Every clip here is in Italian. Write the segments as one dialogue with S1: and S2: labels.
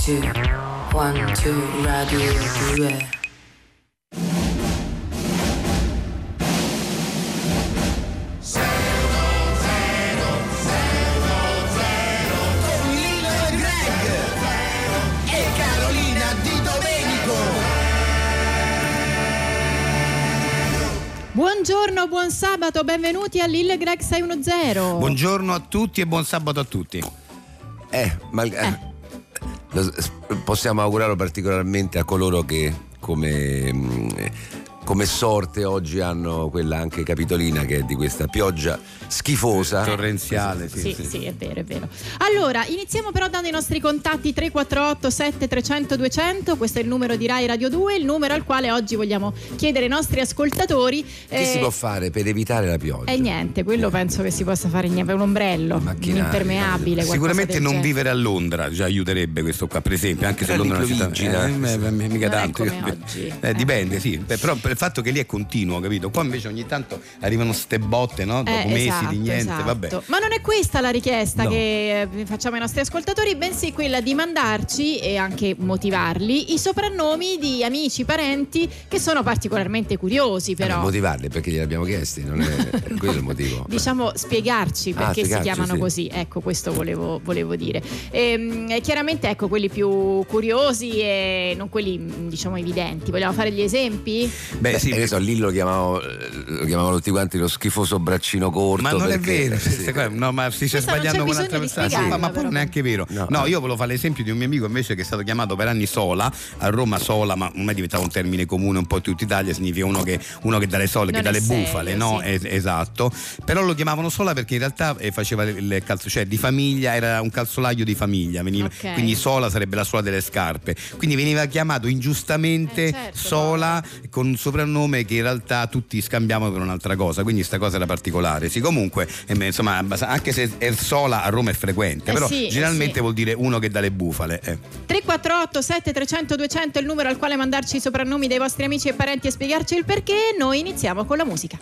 S1: two, one, two, radio 2.
S2: con Lino e Greg e Carolina Di Domenico.
S3: Buongiorno, buon sabato, benvenuti a Lille Greg 610.
S4: Buongiorno a tutti e buon sabato a tutti.
S5: Eh, ma il- lo s- s- possiamo augurarlo particolarmente a coloro che come, mm, come sorte oggi hanno quella anche capitolina che è di questa pioggia schifosa.
S4: Eh, Torrenziale, sì.
S3: Sì, sì, è vero, è vero. Allora, iniziamo però dando i nostri contatti 348 7300 200, questo è il numero di Rai Radio 2, il numero al quale oggi vogliamo chiedere ai nostri ascoltatori
S5: Che si può fare per evitare la pioggia? Cioè,
S3: E Eh, niente, quello penso che si possa fare niente, un ombrello, un
S5: Macchinario,
S3: impermeabile. qualcosa
S4: Sicuramente
S3: del
S4: non
S3: genere.
S4: vivere a Londra già aiuterebbe questo qua, per esempio, anche se
S5: Era
S4: Londra è
S5: di
S4: una città.
S5: Plovigina.
S4: eh, m- m- mica
S3: Non è
S4: tanto.
S3: come oggi.
S4: Eh, dipende, sì. Beh, però per il fatto che lì è continuo, capito? Qua invece ogni tanto arrivano ste botte, no? Dopo
S3: Eh,
S4: mesi
S3: esatto,
S4: di niente,
S3: esatto.
S4: vabbè.
S3: Ma non è questa la richiesta
S4: No.
S3: che eh, facciamo ai nostri ascoltatori, bensì quella di mandarci e anche motivarli i soprannomi di amici, parenti che sono particolarmente curiosi,
S5: Per
S3: però.
S5: motivarli perché gliel'abbiamo chiesti, non è quello è il motivo.
S3: Diciamo spiegarci
S5: Ah,
S3: perché si
S5: spiegarci,
S3: chiamano
S5: sì.
S3: così, ecco questo volevo, volevo dire. Ehm, e chiaramente ecco quelli più curiosi e non quelli mh, diciamo evidenti, vogliamo fare gli esempi?
S4: Beh, eh,
S5: Beh,
S4: sì,
S5: e ne so, lì lo chiamavano, lo chiamavano tutti quanti lo schifoso braccino corto.
S4: Ma non è
S5: perché- eh,
S4: vero,
S5: sì.
S4: questa cosa- no, ma si
S3: Questa
S4: sta
S3: non
S4: sbagliando
S3: c'è
S4: con
S3: bisogno di
S4: un'altra persona. Sì, ma,
S3: spiegarla,
S4: ma poi
S3: però.
S4: non è anche vero. No,
S5: No.
S4: io volevo fare l'esempio di un mio amico invece che è stato chiamato per anni Sola a Roma Sola, ma ormai è diventato un termine comune un po' in tutta Italia, significa uno che, uno che dà le sole,
S3: Non
S4: che dà
S3: è
S4: le
S3: serio,
S4: bufale, no?
S3: sì.
S4: Es- esatto. Però lo chiamavano Sola perché in realtà eh, faceva il calzo, cioè di famiglia, era un calzolaio di famiglia, veniva-
S3: Ok.
S4: quindi Sola sarebbe la sola delle scarpe. Quindi veniva chiamato ingiustamente
S3: Eh, certo,
S4: Sola con un soprannome che in realtà tutti scambiamo per un'altra cosa, quindi sta cosa era particolare. Sì, comunque, ehm, insomma, abbas- anche se Ersola a Roma è frequente,
S3: Eh
S4: però
S3: sì, eh
S4: generalmente
S3: sì.
S4: vuol dire uno che dà le bufale. eh.
S3: 348 7300 200 è il numero al quale mandarci i soprannomi dei vostri amici e parenti e spiegarci il perché. Noi iniziamo con la musica.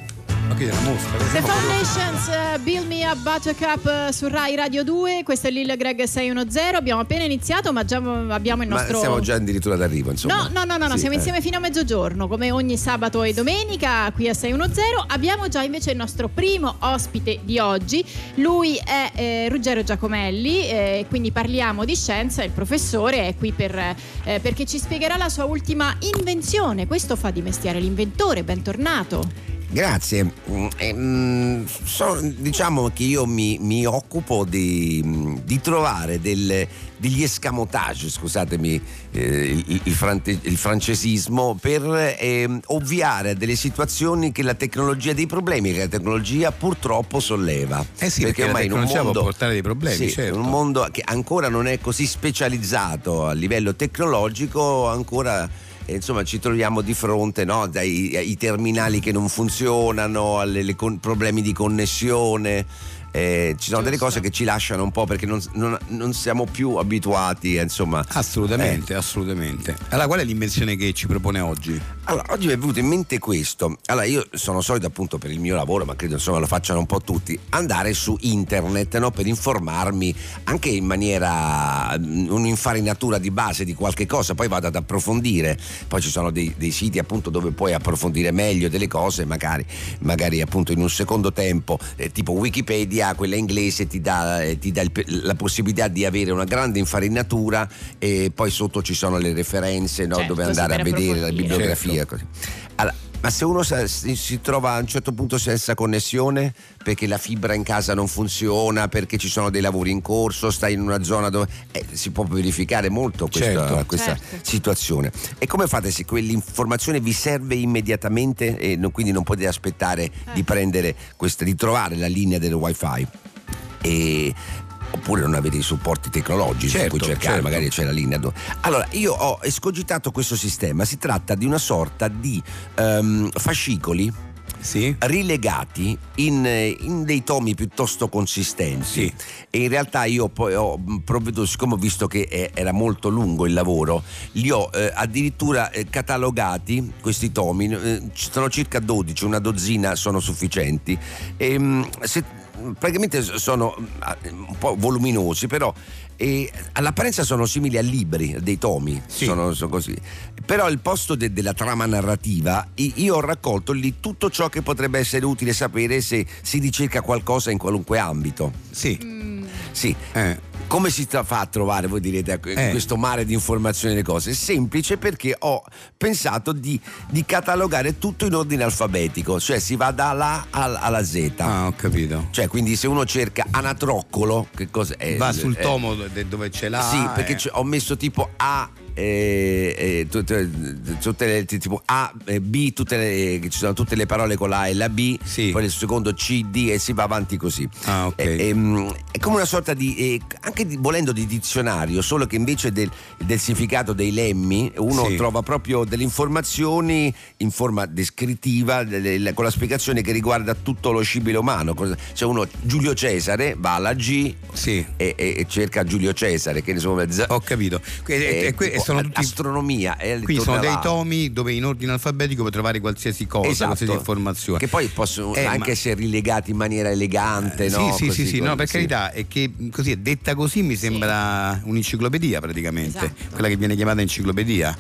S4: Ma qui c'è una mosca, cosa
S3: The
S4: fa?
S3: Foundations eh, Build Me a Buttercup eh, su Rai Radio 2, questo è Lil Greg 610. Abbiamo appena iniziato, ma già abbiamo il
S5: Ma
S3: nostro
S5: siamo già addirittura d'arrivo, insomma.
S3: No, no, no, no, no,
S5: Sì,
S3: siamo
S5: eh.
S3: insieme fino a mezzogiorno, come ogni sabato e domenica qui a 610. Abbiamo già invece il nostro primo ospite di oggi. Lui è eh, Ruggero Giacomelli, eh, quindi parliamo di scienza. Il professore è qui per, eh, perché ci spiegherà la sua ultima invenzione. Questo fa di mestiere l'inventore, bentornato.
S5: Grazie. Mm, ehm, so- diciamo che io mi, mi occupo di, mm, di trovare del- degli escamotage, scusatamente il, il frante- il francesismo, per ehm, ovviare a delle situazioni che la tecnologia, dei problemi che la tecnologia purtroppo solleva.
S4: Eh sì, perché la
S5: in un
S4: tecnologia può
S5: mondo-
S4: portare dei problemi,
S5: sì,
S4: certo.
S5: in un mondo che ancora non è così specializzato a livello tecnologico, ancora e insomma ci troviamo di fronte no, dai- ai terminali che non funzionano, ai problemi di connessione. eh, ci sono delle
S3: Giusto.
S5: cose che ci lasciano un po' perché non, non- non siamo più abituati. eh, Insomma.
S4: Ah, Assolutamente,
S5: Eh.
S4: assolutamente. Allora, qual è l'invenzione che ci propone oggi?
S5: Allora, oggi mi è venuto in mente questo. Allora, io sono solito appunto per il mio lavoro, ma credo insomma lo facciano un po' tutti, andare su internet no, per informarmi anche in maniera mm, un'infarinatura di base di qualche cosa, poi vado ad approfondire. Poi ci sono dei, dei siti appunto dove puoi approfondire meglio delle cose, magari, magari appunto in un secondo tempo, eh, tipo Wikipedia, quella inglese ti dà, eh, ti dà il pe- la possibilità di avere una grande infarinatura e poi sotto ci sono le referenze no,
S3: Certo,
S5: dove
S3: sì,
S5: andare a
S3: per
S5: vedere la
S3: approfondire.
S5: bibliografia. Così. Allora, ma se uno sa- si, si trova a un certo punto senza connessione, perché la fibra in casa non funziona, perché ci sono dei lavori in corso, stai in una zona dove eh, si può verificare molto questa,
S4: Certo.
S5: questa
S3: Certo.
S5: situazione. E come fate se quell'informazione vi serve immediatamente e non- quindi non potete aspettare di prendere questa, di trovare la linea del wifi? E- oppure non avete i supporti tecnologici su
S4: Certo,
S5: cui cercare,
S4: certo.
S5: magari c'è la linea. dove- Allora, io ho escogitato questo sistema, si tratta di una sorta di ehm, fascicoli
S4: Sì?
S5: rilegati in, eh, in dei tomi piuttosto consistenti
S4: Sì.
S5: e in realtà io poi ho mh, provveduto, siccome ho visto che eh, era molto lungo il lavoro, li ho eh, addirittura eh, catalogati questi tomi, eh, ci sono circa 12, una dozzina sono sufficienti. E, mh, se- praticamente sono eh, un po' voluminosi, però eh, all'apparenza sono simili a libri, dei tomi,
S4: Sì.
S5: sono, sono così. Però al posto de- della trama narrativa i- io ho raccolto lì tutto ciò che potrebbe essere utile sapere se si ricerca qualcosa in qualunque ambito.
S4: Sì.
S5: Sì.
S4: Eh.
S5: Come si sta- fa a trovare, voi direte, a que-
S4: Eh.
S5: questo mare di informazioni e le cose? Semplice perché ho pensato di, di catalogare tutto in ordine alfabetico, cioè si va dalla A al- alla Z.
S4: Ah, ho capito.
S5: Cioè, quindi se uno cerca anatroccolo, che cosa è?
S4: Va sul
S5: Eh,
S4: tomo de- dove ce l'ha.
S5: sì, perché
S4: eh.
S5: c- ho messo tipo A. eh, eh, tutte, tutte le t- tipo A, eh, B, tutte le, che ci sono tutte le parole con la A e la B,
S4: Sì.
S5: poi il secondo C, D e si va avanti così.
S4: Ah, ok.
S5: Eh, ehm, è come una sorta di eh, anche di- volendo di dizionario, solo che invece del, del significato dei lemmi uno
S4: Sì.
S5: trova proprio delle informazioni in forma descrittiva delle- la- con la spiegazione che riguarda tutto lo scibile umano. Cosa- Se uno Giulio Cesare va alla G
S4: Sì.
S5: e, e- e cerca Giulio Cesare, che insomma z-
S4: Ho capito. Que- E,
S5: eh,
S4: e que- e
S5: tipo
S4: sono tutti-
S5: astronomia. eh,
S4: Qui sono
S5: tornerà.
S4: dei tomi dove in ordine alfabetico puoi trovare qualsiasi cosa,
S5: Esatto.
S4: qualsiasi informazione.
S5: Che poi possono
S4: Eh,
S5: anche
S4: ma- eh,
S5: essere rilegati in maniera elegante, no?
S4: sì, sì,
S5: Così,
S4: sì, sì, no,
S5: così,
S4: per
S5: sì.
S4: carità, è che mh, così è detta così mi sembra un'enciclopedia praticamente,
S3: Esatto.
S4: quella che viene chiamata enciclopedia.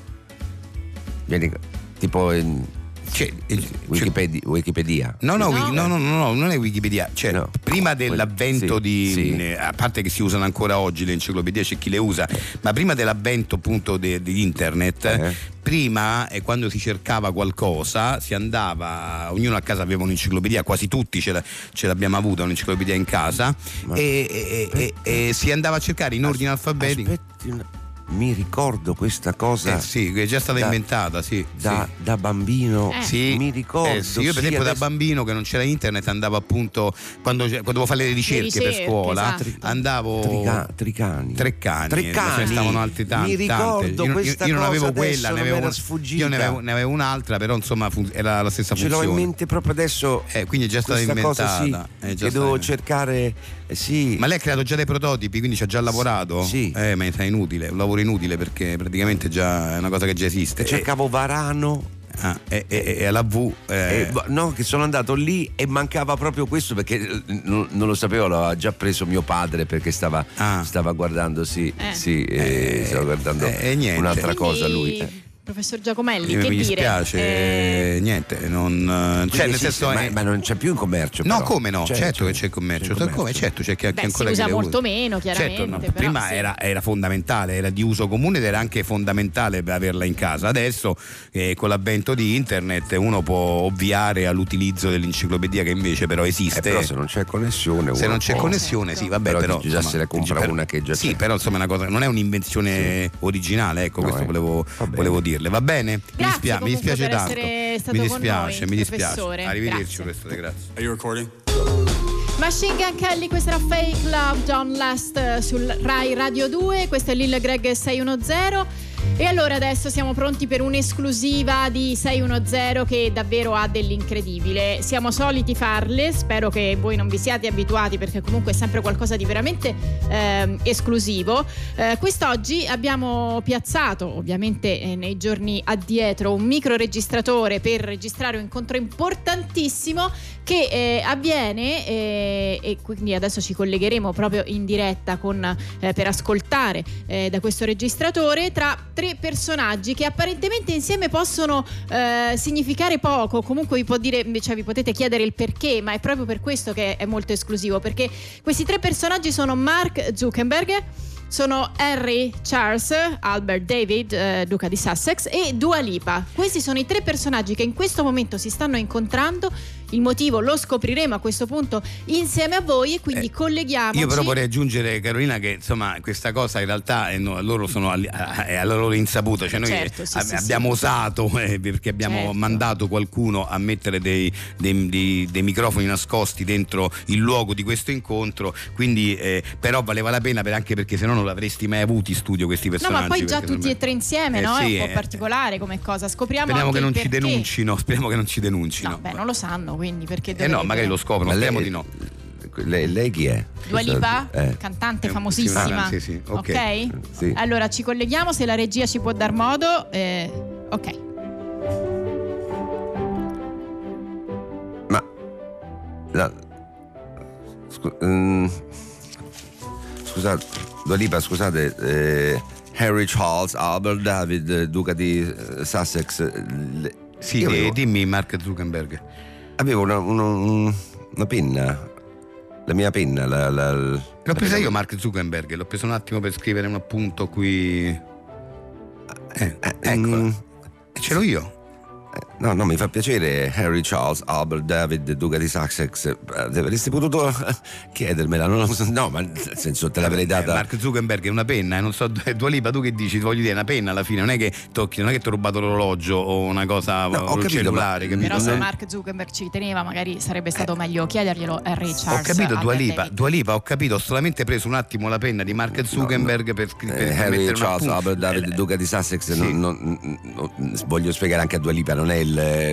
S5: Vieni, tipo in-
S4: Cioè, eh, cioè-
S5: Wikipedi- Wikipedia.
S4: No no,
S3: No.
S4: Wiki- no, no, no, no, non è Wikipedia. Cioè,
S5: No.
S4: prima dell'avvento
S5: Sì,
S4: di.
S5: sì.
S4: mh, eh, A parte che si usano ancora oggi le enciclopedie, c'è chi le usa, ma prima dell'avvento appunto de- di internet.
S5: Eh.
S4: Prima, eh, quando si cercava qualcosa, si andava, ognuno a casa aveva un'enciclopedia, quasi tutti ce, la- ce l'abbiamo avuta un'enciclopedia in casa,
S5: Ma-
S4: e, e- e- e- e si andava a cercare in ordine alfabetico.
S5: Aspetti un- mi ricordo questa cosa
S4: Eh sì, che è già stata
S5: Da-
S4: inventata, sì.
S5: da,
S4: sì.
S5: da bambino.
S3: Eh.
S4: Sì,
S5: Mi ricordo.
S4: eh sì, io per
S5: sì,
S4: esempio da
S5: adesso-
S4: bambino che non c'era internet andavo appunto quando, quando dovevo fare le ricerche, per
S3: ricerche,
S4: scuola
S3: esatto.
S4: andavo
S5: Trica- Tricani.
S4: Treccani,
S5: Treccani.
S4: ce ne stavano altre tante.
S5: Mi ricordo
S4: tante. Io, non-
S5: questa
S4: io non
S5: cosa
S4: avevo
S5: adesso,
S4: quella,
S5: non
S4: ne
S5: mi
S4: avevo,
S5: era
S4: una-
S5: sfuggita.
S4: io ne avevo, ne avevo un'altra, però insomma fun- era la stessa
S5: Ce l'ho in
S4: funzione.
S5: mente proprio adesso.
S4: Eh, quindi è già stata
S5: questa cosa, sì,
S4: inventata, è già
S5: che
S4: stata
S5: devo
S4: inventata.
S5: cercare. eh, Sì.
S4: Ma lei ha creato già dei prototipi, quindi ci ha già lavorato?
S5: Sì.
S4: Eh, ma è inutile, è un lavoro inutile perché praticamente già è una cosa che già esiste.
S5: eh,
S4: Eh,
S5: cercavo Varano.
S4: Ah, e, e- e- e alla V. eh,
S5: eh, no, che sono andato lì e mancava proprio questo perché eh, non, non lo sapevo, l'aveva già preso mio padre perché stava,
S4: Ah.
S5: stava guardando, sì,
S3: Eh.
S5: sì, eh,
S4: Eh,
S5: stava guardando
S4: eh, niente.
S5: un'altra
S3: Quindi,
S5: cosa lui. eh.
S3: Professor Giacomelli,
S4: mi
S3: che dire?
S4: mi dispiace,
S3: Eh,
S4: eh, niente, non. Cioè,
S5: Quindi
S4: nel
S5: esiste,
S4: senso.
S5: ma,
S4: eh,
S5: ma non c'è più in commercio.
S4: No,
S5: però.
S4: come no? certo che c'è il commercio,
S5: c'è il
S4: come?
S5: commercio.
S4: certo c'è chi, chi
S3: Beh,
S4: ancora
S3: si
S4: chi
S3: usa
S4: le
S3: molto meno, chiaramente,
S4: Certo, no,
S3: però,
S4: prima
S3: sì.
S4: era, era fondamentale, era di uso comune ed era anche fondamentale per averla in casa. Adesso eh, con l'avvento di internet uno può ovviare all'utilizzo dell'enciclopedia che invece però esiste.
S5: Eh, però se non c'è connessione,
S4: certo. Se
S5: uno
S4: non c'è
S5: può-
S4: connessione, sì, vabbè,
S5: Però
S4: però,
S5: dici già se la compra
S4: dici, però-
S5: una che già
S4: Sì,
S5: c'è.
S4: però insomma è una cosa non è un'invenzione originale, ecco,
S5: No,
S4: questo
S5: eh.
S4: volevo,
S5: Va bene.
S4: volevo dirle, va bene? mi,
S3: Grazie
S4: dispia- mi
S3: comunque
S4: dispiace
S3: per
S4: tanto.
S3: essere stato
S4: mi
S3: con
S4: dispiace,
S3: noi,
S4: mi dispiace.
S3: professore.
S4: Arrivederci,
S3: Grazie.
S4: questo, grazie.
S6: Are you recording?
S3: Machine Gun Kelly, questa era Fake Love, John Last eh, sul Rai Radio 2, questo è Lil Greg 610. E allora adesso siamo pronti per un'esclusiva di 610 che davvero ha dell'incredibile. Siamo soliti farle, spero che voi non vi siate abituati perché comunque è sempre qualcosa di veramente ehm, esclusivo. Eh, quest'oggi abbiamo piazzato, ovviamente eh, nei giorni addietro, un microregistratore per registrare un incontro importantissimo che eh, avviene eh, e quindi adesso ci collegheremo proprio in diretta con, eh, per ascoltare eh, da questo registratore tra tre personaggi che apparentemente insieme possono eh, significare poco, comunque vi, può dire, cioè, vi potete chiedere il perché, ma è proprio per questo che è molto esclusivo, perché questi tre personaggi sono Mark Zuckerberg, sono Harry Charles, Albert David, eh, duca di Sussex e Dua Lipa. Questi sono i tre personaggi che in questo momento si stanno incontrando. Il motivo lo scopriremo a questo punto insieme a voi e quindi
S4: Eh,
S3: colleghiamoci.
S4: Io però vorrei aggiungere, Carolina, che insomma questa cosa in realtà eh, no, loro sono alli- a- è alla loro insaputa, cioè noi
S3: Certo, sì,
S4: eh,
S3: sì,
S4: abbiamo osato eh, perché abbiamo
S3: Certo.
S4: mandato qualcuno a mettere dei, dei- dei- dei microfoni nascosti dentro il luogo di questo incontro, quindi eh, però valeva la pena per- anche perché se no non l'avresti mai avuti in studio questi
S3: No, ma
S4: personaggi.
S3: poi già
S4: perché
S3: tutti e tre insieme,
S4: Eh,
S3: no?
S4: sì,
S3: è un po'
S4: eh,
S3: particolare come cosa. Scopriamo
S4: Speriamo
S3: anche
S4: che non
S3: il
S4: ci
S3: perché.
S4: denuncino, speriamo che non ci
S3: No,
S4: denuncino.
S3: beh, non lo sanno, quindi perché
S4: eh no,
S3: dovrebbero?
S4: magari lo scoprono,
S5: Ma lei-
S4: speriamo di no.
S5: Lei, lei chi è?
S3: Dua Lipa,
S5: Eh.
S4: Eh,
S3: cantante
S4: sì,
S3: famosissima.
S4: una- sì, sì, ok.
S3: Ok?
S5: Sì.
S3: Allora ci colleghiamo se la regia ci può dar modo. eh, ok.
S5: Ma. la- Scu- mm, scusate, Dua Lipa, scusate, eh, Harry Charles, Albert David, eh, duca di eh, Sussex. eh, le-
S4: Sì,
S5: io
S4: eh,
S5: avevo,
S4: dimmi Mark Zuckerberg.
S5: avevo una, una- un- una penna, la mia penna, la, la- la-
S4: L'ho presa io Mark Zuckerberg, l'ho preso un attimo per scrivere un appunto qui. Eh,
S5: Eh, mm,
S4: eccola. E ce l'ho io.
S5: eh, No, no, mi fa piacere Harry Charles, Albert David, Duca di Sussex. Eh, Avresti potuto eh, chiedermela, non lo so. No, ma nel senso te l'avrei
S4: Eh,
S5: data.
S4: Mark Zuckerberg è una penna, eh, non so, eh, Dua Lipa, tu che dici? Ti voglio dire, è una penna alla fine, non è che tocchi, non è che ti ho rubato l'orologio o una cosa
S5: No, ho
S4: o il
S5: capito,
S4: cellulare,
S5: ma-
S4: capito? Eh.
S3: Però se
S5: Non-
S3: Mark Zuckerberg ci teneva, magari sarebbe stato meglio chiederglielo a Ray
S4: Ho
S3: Charles.
S4: capito
S3: a
S4: Dua
S3: Matt
S4: Lipa,
S3: David.
S4: Dua Lipa, ho capito, ho solamente preso un attimo la penna di Mark Zuckerberg per, scri- per
S5: Eh, Harry
S4: mettere un
S5: Charles,
S4: appunto.
S5: Albert David,
S4: Eh,
S5: Duca di Sussex,
S4: sì.
S5: non- non- non- voglio spiegare anche a Dua Lipa, non è il-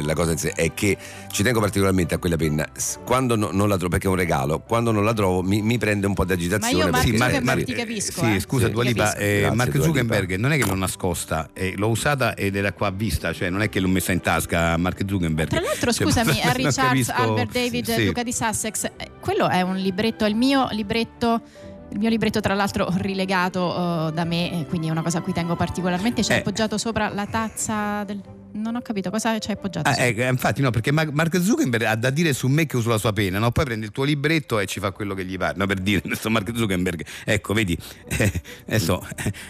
S5: la cosa in sé, è che ci tengo particolarmente a quella penna, S- quando no- non la trovo, perché è un regalo, quando non la trovo mi, mi prende un po' di agitazione.
S3: Ma io Mark
S5: perché-
S4: ma-
S3: Zuckerberg
S4: ma-
S3: ti capisco,
S4: Sì,
S3: eh.
S4: scusa,
S5: Sì,
S4: Dua
S5: ti
S4: Lipa,
S5: capisco.
S4: eh,
S5: Grazie,
S4: Mark
S5: Dua Lipa.
S4: Zuckerberg non è che l'ho nascosta, eh, l'ho usata ed era qua a vista, cioè non è che l'ho messa in tasca a Mark Zuckerberg.
S3: Tra l'altro, scusami,
S4: Cioè, non
S3: Harry Charles,
S4: capisco-
S3: Albert David,
S4: sì.
S3: Duca di Sussex, eh, quello è un libretto, è il mio libretto. Il mio libretto, tra l'altro, rilegato eh, da me, eh, quindi è una cosa a cui tengo particolarmente. C'è
S4: Eh.
S3: appoggiato sopra la tazza del. Non ho capito cosa c'è appoggiato.
S4: Ah,
S3: sopra?
S4: eh, infatti no, perché Mar- Mark Zuckerberg ha da dire su me che uso la sua pena, no? poi prende il tuo libretto e ci fa quello che gli pare, no, per dire, adesso Mark Zuckerberg, ecco, vedi, eh, adesso,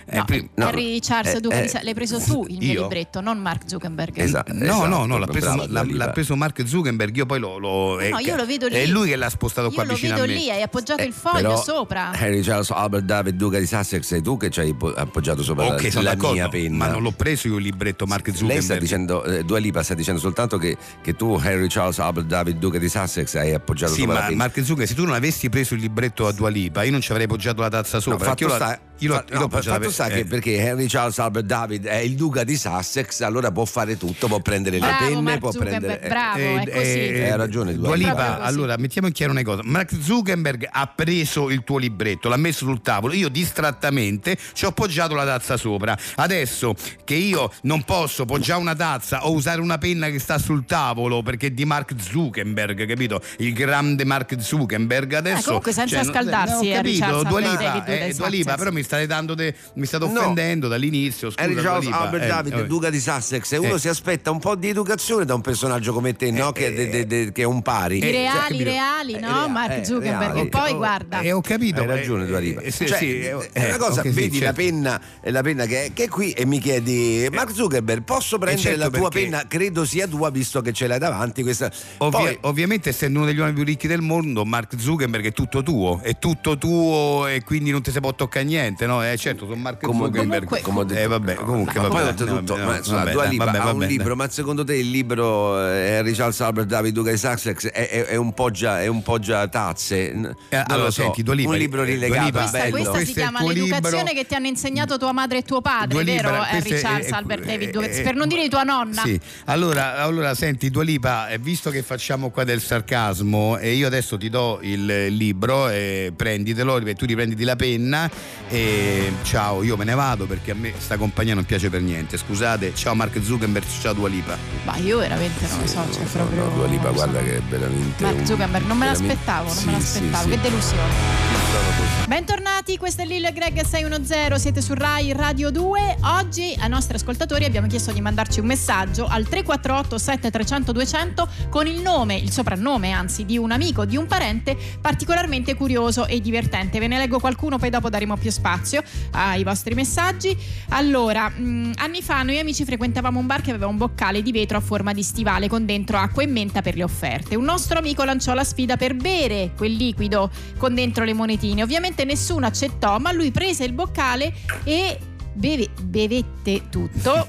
S4: eh,
S3: No,
S4: pri-
S5: no,
S3: Harry Charles,
S5: eh,
S3: Duca di
S5: eh,
S3: Sussex, l'hai preso tu il mio
S4: io?
S3: libretto, non Mark Zuckerberg.
S5: Esatto.
S4: No, no, no, l'ha preso,
S5: brava Dua
S4: l'ha-
S5: Lipa.
S4: l'ha preso Mark Zuckerberg, io poi lo... lo- eh,
S3: No, io lo vedo lì.
S4: È lui che l'ha spostato qua
S3: Io lo
S4: vicino
S3: vedo
S4: a me. eh,
S3: lì, hai appoggiato
S5: Eh,
S3: il foglio
S5: però eh,
S3: sopra.
S5: Harry Charles, Albert David, Duca di Sussex, sei tu che ci hai po- appoggiato sopra la-
S4: Ok, sono
S5: la,
S4: d'accordo,
S5: mia penna.
S4: ma non l'ho preso io il libretto Mark Zuckerberg.
S5: Lei sta dicendo, eh, Dua Lipa sta dicendo soltanto che, che tu, Harry Charles, Albert David, Duca di Sussex, hai appoggiato
S4: Sì,
S5: sopra la
S4: ma
S5: penna.
S4: Mark Zuckerberg, se tu non avessi preso il libretto a Dua Lipa, io non ci avrei appoggiato la tazza
S5: No,
S4: sopra. perché
S5: fatto sta,
S4: io io l'ho-
S5: fa-
S4: io l'ho
S5: no,
S4: appoggiata
S5: fatto sta
S4: per-
S5: che
S4: eh.
S5: perché Henry Charles Albert David è il duca di Sussex, allora può fare tutto, può prendere le
S3: Bravo,
S5: penne,
S3: Mark
S5: può
S3: Zuckerberg,
S5: prendere... eh,
S3: bravo, è così.
S5: Hai ragione, Dua
S4: Dua
S5: Lipa.
S4: Lipa,
S3: Proprio così.
S4: allora mettiamo in chiaro una cosa. Mark Zuckerberg ha preso il tuo libretto, l'ha messo sul tavolo. Io distrattamente ci ho poggiato la tazza sopra. Adesso che io non posso poggiare una tazza o usare una penna che sta sul tavolo perché è di Mark Zuckerberg, capito? Il grande Mark Zuckerberg. Adesso,
S3: Ah, comunque senza
S4: non-
S3: scaldarsi,
S4: eh,
S3: eh,
S4: ho capito,
S3: Richard
S4: Dua
S3: Sandberg,
S4: Lipa,
S3: David
S4: eh, Dua
S3: Sussex.
S4: Lipa, però mi state dando de- mi state
S5: No.
S4: offendendo dall'inizio. Scusa,
S5: Henry
S4: Dua
S5: Charles
S4: Lipa,
S5: Albert
S4: eh,
S5: David,
S4: eh.
S5: duca di Sussex, e uno
S4: Eh.
S5: si aspetta un po' di educazione da un personaggio come te, no? che,
S4: eh.
S5: de- de- de- che è un pari.
S3: I
S5: Cioè,
S3: reali, i
S5: capito?
S3: reali,
S5: Eh,
S3: no?
S5: rea- eh,
S3: Mark Zuckerberg.
S5: reali.
S3: E poi
S5: Oh,
S3: guarda.
S4: Eh, ho capito.
S5: Hai ragione, Dua Lipa.
S4: Eh, sì,
S5: Cioè,
S4: sì, eh,
S5: è una
S4: eh,
S5: cosa,
S4: ok, sì,
S5: vedi la
S4: certo. Eh.
S5: penna, eh, la penna che, è, che è qui e mi chiedi, Mark Zuckerberg, posso prendere
S4: certo
S5: la tua
S4: perché-
S5: penna? Credo sia tua, visto che ce l'hai davanti. Questa...
S4: Ovvia-
S5: Poi-
S4: ovviamente essendo uno degli uomini più ricchi del mondo Mark Zuckerberg è tutto tuo è tutto tuo e quindi non ti si può toccare niente no? eh, certo sono Mark
S5: Come ho detto-
S4: Zuckerberg
S3: Comunque-
S5: come ho detto-
S4: eh, vabbè comunque
S5: Ma
S4: vabbè,
S5: poi
S4: dai,
S5: oltretutto,
S4: vabbè,
S5: ma,
S4: no,
S5: insomma,
S4: vabbè,
S5: Dua
S4: dai,
S5: Lipa
S4: vabbè,
S5: ha un
S4: vabbè,
S5: libro, ma secondo te il libro eh, Henry Charles Albert David Duca di Sussex è, è- è un po' già, è un po' già tazze? N- non
S4: Eh, allora,
S5: lo
S4: senti, Dua Lipa,
S5: un libro
S4: eh, Dua
S5: rilegato,
S4: Lipa,
S5: bello.
S3: Questa, questa
S4: Questo
S3: si
S4: è il
S3: chiama
S4: tuo
S3: l'educazione
S4: libro.
S3: che ti hanno insegnato tua madre e tuo padre,
S4: Dua Lipa,
S3: vero
S4: eh, questo
S3: Henry
S4: è-
S3: Charles,
S4: è-
S3: Albert
S4: è-
S3: David,
S4: è-
S3: Ducats? per non dire di tua nonna.
S4: eh, Sì, allora, allora senti Dua Lipa, eh, visto che facciamo qua del sarcasmo e io adesso ti do il eh, libro, eh, prenditelo, e tu riprenditi la penna e ciao, io me ne vado perché a me sta compagnia non piace per niente, scusate, ciao Mark Zuckerberg, ciao Dua Lipa.
S3: Ma io veramente non lo so, cioè
S5: No,
S3: proprio...
S5: no, Dua Lipa,
S3: non so.
S5: guarda che è veramente...
S3: Mark
S5: un-
S3: Zuckerberg, non me
S5: veramente-
S3: l'aspettavo, non me
S5: Sì, sì,
S3: l'aspettavo,
S5: sì.
S3: che delusione. Bentornati, questo è Lillo e Greg 610, siete su Rai Radio 2. Oggi ai nostri ascoltatori abbiamo chiesto di mandarci un messaggio al 348 7300 200 con il nome, il soprannome anzi, di un amico, di un parente particolarmente curioso e divertente. Ve ne leggo qualcuno, poi dopo daremo più spazio ai vostri messaggi. Allora, mh, anni fa noi amici frequentavamo un bar che aveva un boccale di vetro a forma di stivale con dentro acqua e menta per le offerte. Un nostro amico lanciò la sfida per bere quel liquido con dentro le monetine. Ovviamente nessuno accettò, ma lui prese il boccale e beve- bevette tutto.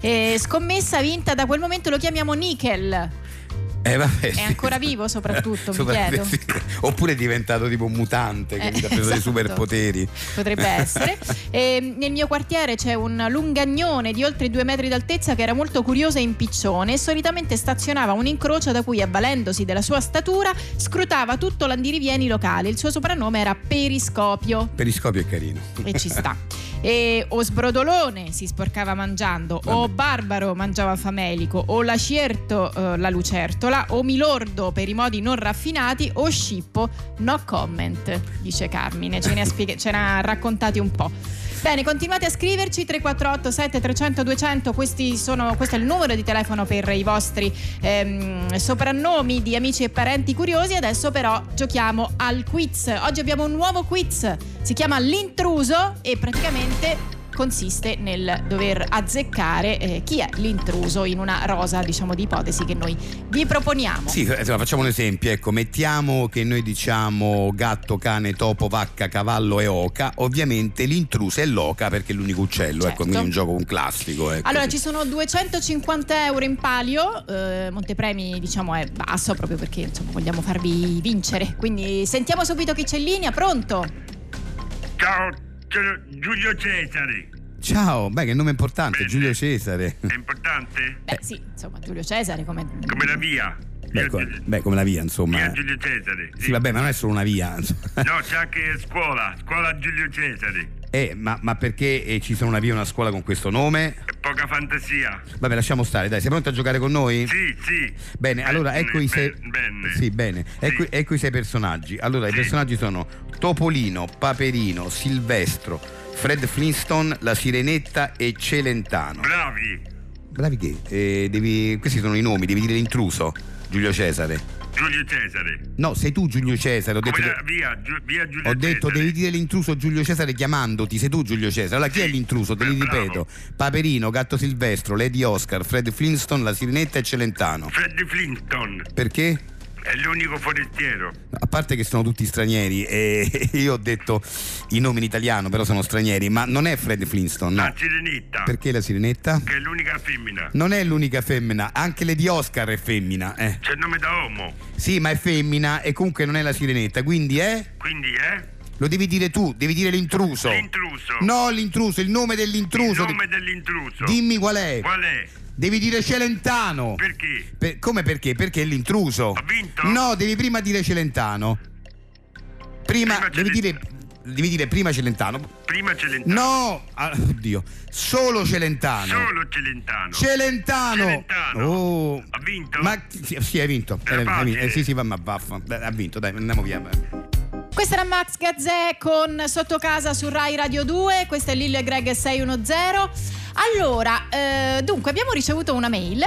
S3: Eh, scommessa vinta, da quel momento lo chiamiamo Nickel.
S4: Eh, vabbè, sì.
S3: ancora vivo soprattutto, mi
S4: Sopra-
S3: chiedo.
S4: sì. Oppure è diventato tipo un mutante,
S3: Eh,
S4: che ha preso dei
S3: esatto.
S4: superpoteri.
S3: potrebbe essere. E nel mio quartiere c'è un lungagnone di oltre due metri d'altezza che era molto curioso e impiccione e solitamente stazionava un incrocio da cui, avvalendosi della sua statura, scrutava tutto l'andirivieni locale. Il suo soprannome era Periscopio
S4: Periscopio è carino.
S3: e ci sta. E o Sbrodolone si sporcava mangiando, o Barbaro mangiava famelico, o Lacierto eh, la lucertola, o Milordo per i modi non raffinati, o Scippo no comment, dice Carmine. Ce ne ha, spiega- ce ne ha raccontati un po'. Bene, continuate a scriverci 348 7300 200, questi sono, questo è il numero di telefono per i vostri ehm, soprannomi di amici e parenti curiosi. Adesso però giochiamo al quiz. Oggi abbiamo un nuovo quiz, si chiama l'intruso e praticamente consiste nel dover azzeccare eh, chi è l'intruso in una rosa, diciamo, di ipotesi che noi vi proponiamo.
S4: Sì, eh, insomma, facciamo un esempio, ecco, mettiamo che noi diciamo gatto, cane, topo, vacca, cavallo e oca, ovviamente l'intrusa è l'oca perché è l'unico uccello,
S3: Certo.
S4: ecco, quindi è un gioco un classico. ecco.
S3: Allora ci sono 250 euro in palio, eh, Montepremi diciamo è basso proprio perché insomma, vogliamo farvi vincere, quindi sentiamo subito chi c'è in linea, pronto?
S6: Ciao, sono Giulio Cesare.
S4: Ciao, beh che nome importante,
S6: Bene.
S4: Giulio Cesare.
S6: È importante?
S3: Beh sì, insomma Giulio Cesare come...
S6: Come la via.
S4: Beh, co- beh, come la via,
S6: Via
S4: insomma.
S6: Giulio Cesare.
S4: Sì, vabbè, ma non è solo una via. insomma.
S6: No, c'è anche scuola, scuola Giulio Cesare.
S4: Eh, ma, ma perché eh, ci sono una via e una scuola con questo nome?
S6: È poca fantasia.
S4: Vabbè, lasciamo stare, dai, sei pronto a giocare con noi?
S6: Sì, sì.
S4: Bene, allora ecco i sei.
S6: ben- Bene.
S4: Sì, bene.
S6: Sì.
S4: Ecco, ecco i sei personaggi. Allora, i
S6: Sì.
S4: personaggi sono Topolino, Paperino, Silvestro, Fred Flintstone, la Sirenetta e Celentano.
S6: Bravi.
S4: Bravi che? Eh, devi- Questi sono i nomi, devi dire l'intruso. Giulio Cesare.
S6: Giulio Cesare.
S4: No, sei tu Giulio Cesare, ho detto.
S6: Come
S4: che-
S6: la via, Giu- via Giulio
S4: Ho detto
S6: Cesare.
S4: devi dire l'intruso Giulio Cesare chiamandoti, sei tu Giulio Cesare. Allora chi è
S6: Sì,
S4: l'intruso? Te
S6: eh,
S4: li
S6: bravo.
S4: ripeto. Paperino, Gatto Silvestro, Lady Oscar, Fred Flintstone, la Sirenetta e Celentano.
S6: Fred Flintstone.
S4: Perché?
S6: È l'unico forestiero.
S4: A parte che sono tutti stranieri e io ho detto i nomi in italiano, però sono stranieri, ma non è Fred Flintstone,
S6: La
S4: no.
S6: Cirenetta.
S4: Perché la Sirenetta?
S6: Che è l'unica femmina.
S4: Non è l'unica femmina, anche Lady Oscar è femmina, eh.
S6: C'è il nome da uomo.
S4: Sì, ma è femmina e comunque non è la Sirenetta, quindi è
S6: Quindi è
S4: lo devi dire tu, devi dire l'intruso.
S6: l'intruso.
S4: No, l'intruso, il nome dell'intruso.
S6: Il nome dell'intruso.
S4: Dimmi qual è.
S6: Qual è?
S4: Devi dire Celentano.
S6: Perché?
S4: Per- come perché? Perché è l'intruso.
S6: Ha vinto?
S4: No, devi prima dire Celentano. Prima,
S6: Prima
S4: devi dire.
S6: Celentano.
S4: Devi dire prima Celentano.
S6: Prima Celentano.
S4: No! ah, oddio, solo
S5: Ah,
S4: Celentano.
S6: Solo Celentano.
S4: Celentano!
S6: Celentano.
S4: Oh.
S6: Ha vinto?
S4: Ma chi- sì, sì, hai vinto.
S6: Era
S4: Eh, hai vinto.
S6: facile.
S4: Eh, sì, sì, va, ma vaffa. Dai, Ha vinto, dai, andiamo via.
S3: Questo era Max Gazzè con Sottocasa su Rai Radio 2, questo è Lille Greg 610. Allora, eh, dunque abbiamo ricevuto una mail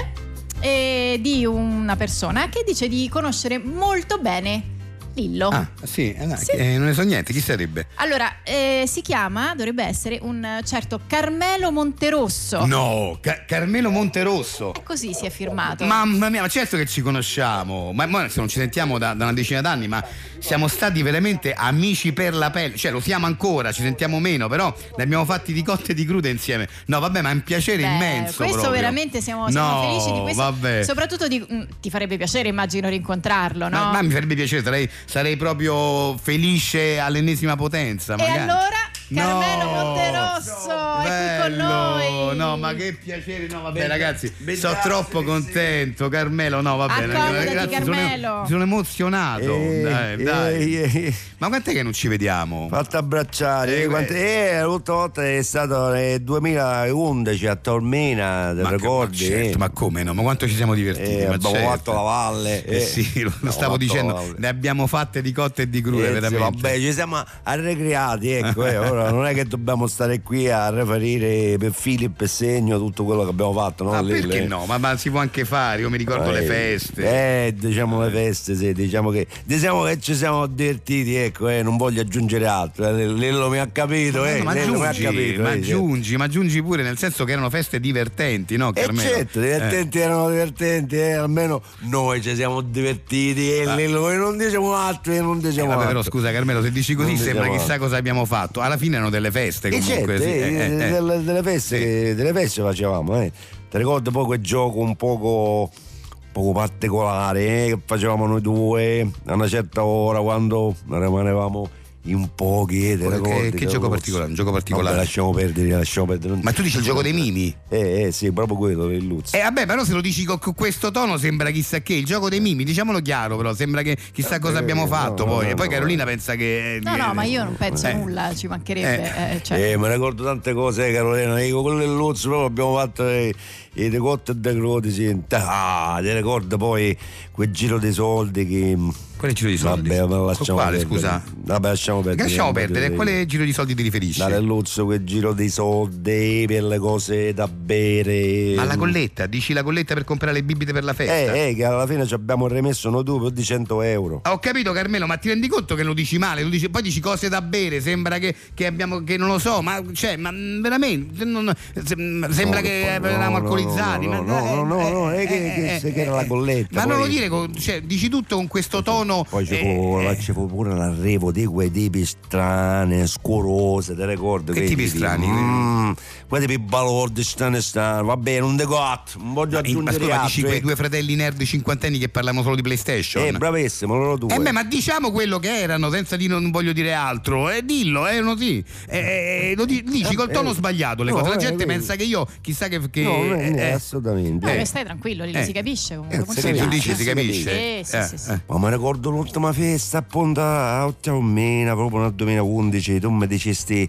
S3: eh, di una persona che dice di conoscere molto bene Lillo.
S4: Ah, sì, eh, dai,
S3: Sì.
S4: eh, non ne so niente, chi sarebbe?
S3: Allora, eh, si chiama, dovrebbe essere un eh, certo Carmelo Monterosso.
S4: No, Ca- Carmelo Monterosso.
S3: E così si è firmato.
S4: Mamma mia, ma certo che ci conosciamo, ma ma se non ci sentiamo da, da una decina d'anni, ma siamo stati veramente amici per la pelle, cioè lo siamo ancora, ci sentiamo meno, però ne abbiamo fatti di cotte e di crude insieme. No, vabbè, ma è un piacere
S3: Beh,
S4: immenso.
S3: questo
S4: proprio.
S3: veramente siamo, siamo
S4: No,
S3: felici di questo.
S4: Vabbè.
S3: Soprattutto di- mm, ti farebbe piacere, immagino, rincontrarlo, no?
S4: Ma, ma mi farebbe piacere, sarei, sarei proprio felice all'ennesima potenza.
S3: E
S4: magari.
S3: allora
S4: No,
S3: Carmelo Monterosso è qui con
S4: bello.
S3: noi.
S4: No, ma che piacere, no, vabbè, ragazzi, sono troppo contento, Carmelo. No, va bene,
S3: Accomodati,
S4: ragazzi,
S3: Carmelo.
S4: Sono, sono emozionato.
S7: Ehi,
S4: dai, dai.
S7: ehi, ehi.
S4: Ma quant'è che non ci vediamo?
S7: Fatto abbracciare, eh, quante- eh, l'ultima volta è stato nel 2011 a Tormina, te
S4: Ma, che-
S7: ricordi?
S4: ma certo,
S7: eh?
S4: ma come no? Ma quanto ci siamo divertiti?
S7: Eh,
S4: ma
S7: abbiamo
S4: certo.
S7: fatto la valle.
S4: Eh,
S7: eh.
S4: sì, lo
S7: Abbiamo
S4: stavo
S7: fatto
S4: dicendo,
S7: la valle.
S4: ne abbiamo fatte di cotte e di
S7: Eh, sì,
S4: crude, veramente.
S7: vabbè, ci siamo arrecreati, ecco, eh, ora non è che dobbiamo stare qui a riferire per fili, per segno, tutto quello che abbiamo fatto, no?
S4: Ma
S7: Lì,
S4: perché
S7: lì.
S4: no? Ma, ma si può anche fare, io mi ricordo le
S7: Eh,
S4: feste.
S7: Eh, diciamo le feste, sì, diciamo che, diciamo che ci siamo divertiti, ecco, eh, non voglio aggiungere altro. eh, Lillo mi ha capito, eh,
S4: No, ma
S7: Lillo mi ha
S4: aggiungi,
S7: capito.
S4: ma
S7: eh, sì.
S4: aggiungi, ma aggiungi pure, nel senso che erano feste divertenti, no?
S7: E
S4: Carmelo? Eh.
S7: certo, divertenti erano divertenti, eh, almeno noi ci siamo divertiti e
S4: Ah.
S7: Lillo, e non diciamo altro e non
S4: Eh,
S7: diciamo
S4: vabbè, però
S7: altro.
S4: scusa Carmelo, se dici così
S7: Non
S4: sembra
S7: diciamo
S4: chissà
S7: altro.
S4: cosa abbiamo fatto. Alla fine erano delle feste
S7: E
S4: comunque.
S7: certo,
S4: sì,
S7: eh,
S4: eh, eh, eh.
S7: delle, delle feste,
S4: Sì.
S7: che- delle feste facevamo, eh. Ti ricordo poi quel gioco un poco, un poco particolare eh, che facevamo noi due a una certa ora quando rimanevamo un po' che te
S4: Che-
S7: la ricordi,
S4: che
S7: te
S4: gioco
S7: la corsi.
S4: particolare? Un gioco particolare.
S7: Vabbè, lasciamo perdere, lasciamo perdere. non-
S4: Ma tu dici il gioco dei mimi?
S7: Eh, eh, sì, proprio quello, il Luzzo.
S4: Eh vabbè, però se lo dici co- con questo tono sembra chissà che, il gioco dei mimi, diciamolo chiaro, però sembra che chissà cosa abbiamo
S7: no,
S4: fatto
S7: no,
S4: poi.
S7: no,
S4: e poi
S7: no,
S4: Carolina
S7: no.
S4: pensa che.
S3: No, no, ma io non penso
S4: Eh.
S3: nulla, ci mancherebbe. eh, cioè.
S4: certo.
S7: Eh, mi ricordo tante cose, eh, Carolina. Dico, quello del Luzzo, proprio abbiamo fatto eh, i decotti e i decroti. sì. Ah, ti ricordo poi quel giro dei soldi che.
S4: Quale giro di soldi?
S7: Vabbè, ma lasciamo
S4: Quale,
S7: perdere.
S4: scusa?
S7: Vabbè, lasciamo perdere.
S4: Lasciamo perdere,
S7: Eh,
S4: quale giro di soldi ti riferisci?
S7: Dare Luzzo quel giro dei soldi per le cose da bere.
S4: Alla colletta, dici la colletta per comprare le bibite per la festa.
S7: Eh, eh, che alla fine ci abbiamo rimesso noi due più di 100 euro.
S4: Ah, Ho capito Carmelo, ma ti rendi conto che lo dici male, lo dici- poi dici cose da bere, sembra che, che abbiamo, che non lo so, ma, cioè, ma mm, veramente, non- se- mm, sembra
S7: No,
S4: che
S7: poi- no,
S4: eravamo
S7: no,
S4: alcolizzati. ma- eh,
S7: no, no, no, no, no, è che- che- se che era la colletta,
S4: Ma non lo
S7: poi-
S4: dire, con- cioè, dici tutto con questo tono...
S7: Poi ci
S4: eh,
S7: fu,
S4: eh,
S7: ci fu pure l'arrivo di quei tipi strani, scorose, ti ricordi?
S4: Che
S7: quei
S4: tipi strani?
S7: Mm, quei tipi balordi, strani, strani. Va bene, un decotto, non voglio
S4: in- ma
S7: aggiungere
S4: scusa, ma dici
S7: altro,
S4: quei
S7: eh.
S4: due fratelli nerd cinquantenni che parlavano solo di PlayStation?
S7: Eh, bravissimo, loro due.
S4: Eh beh, ma diciamo quello che erano, senza dire non voglio dire altro. Eh, dillo, erano sì. Eh, eh, lo di- dici
S7: Eh,
S4: col tono
S7: eh,
S4: sbagliato le
S7: no,
S4: cose. La
S7: eh,
S4: gente
S7: vedi.
S4: pensa che io, chissà che. che-
S7: No, no, no,
S4: eh,
S7: assolutamente.
S4: eh.
S3: No, stai tranquillo, Lillo,
S4: Eh.
S3: si capisce comunque.
S7: Eh,
S3: molto
S4: sì, tu
S3: chiaro.
S4: dici, si
S7: Sì,
S4: capisce.
S3: Sì, sì,
S4: Eh,
S3: sì, sì.
S4: eh.
S7: Ma mi ricordo l'ultima festa appunto a Ottaomena, proprio nel 2011, tu mi dicesti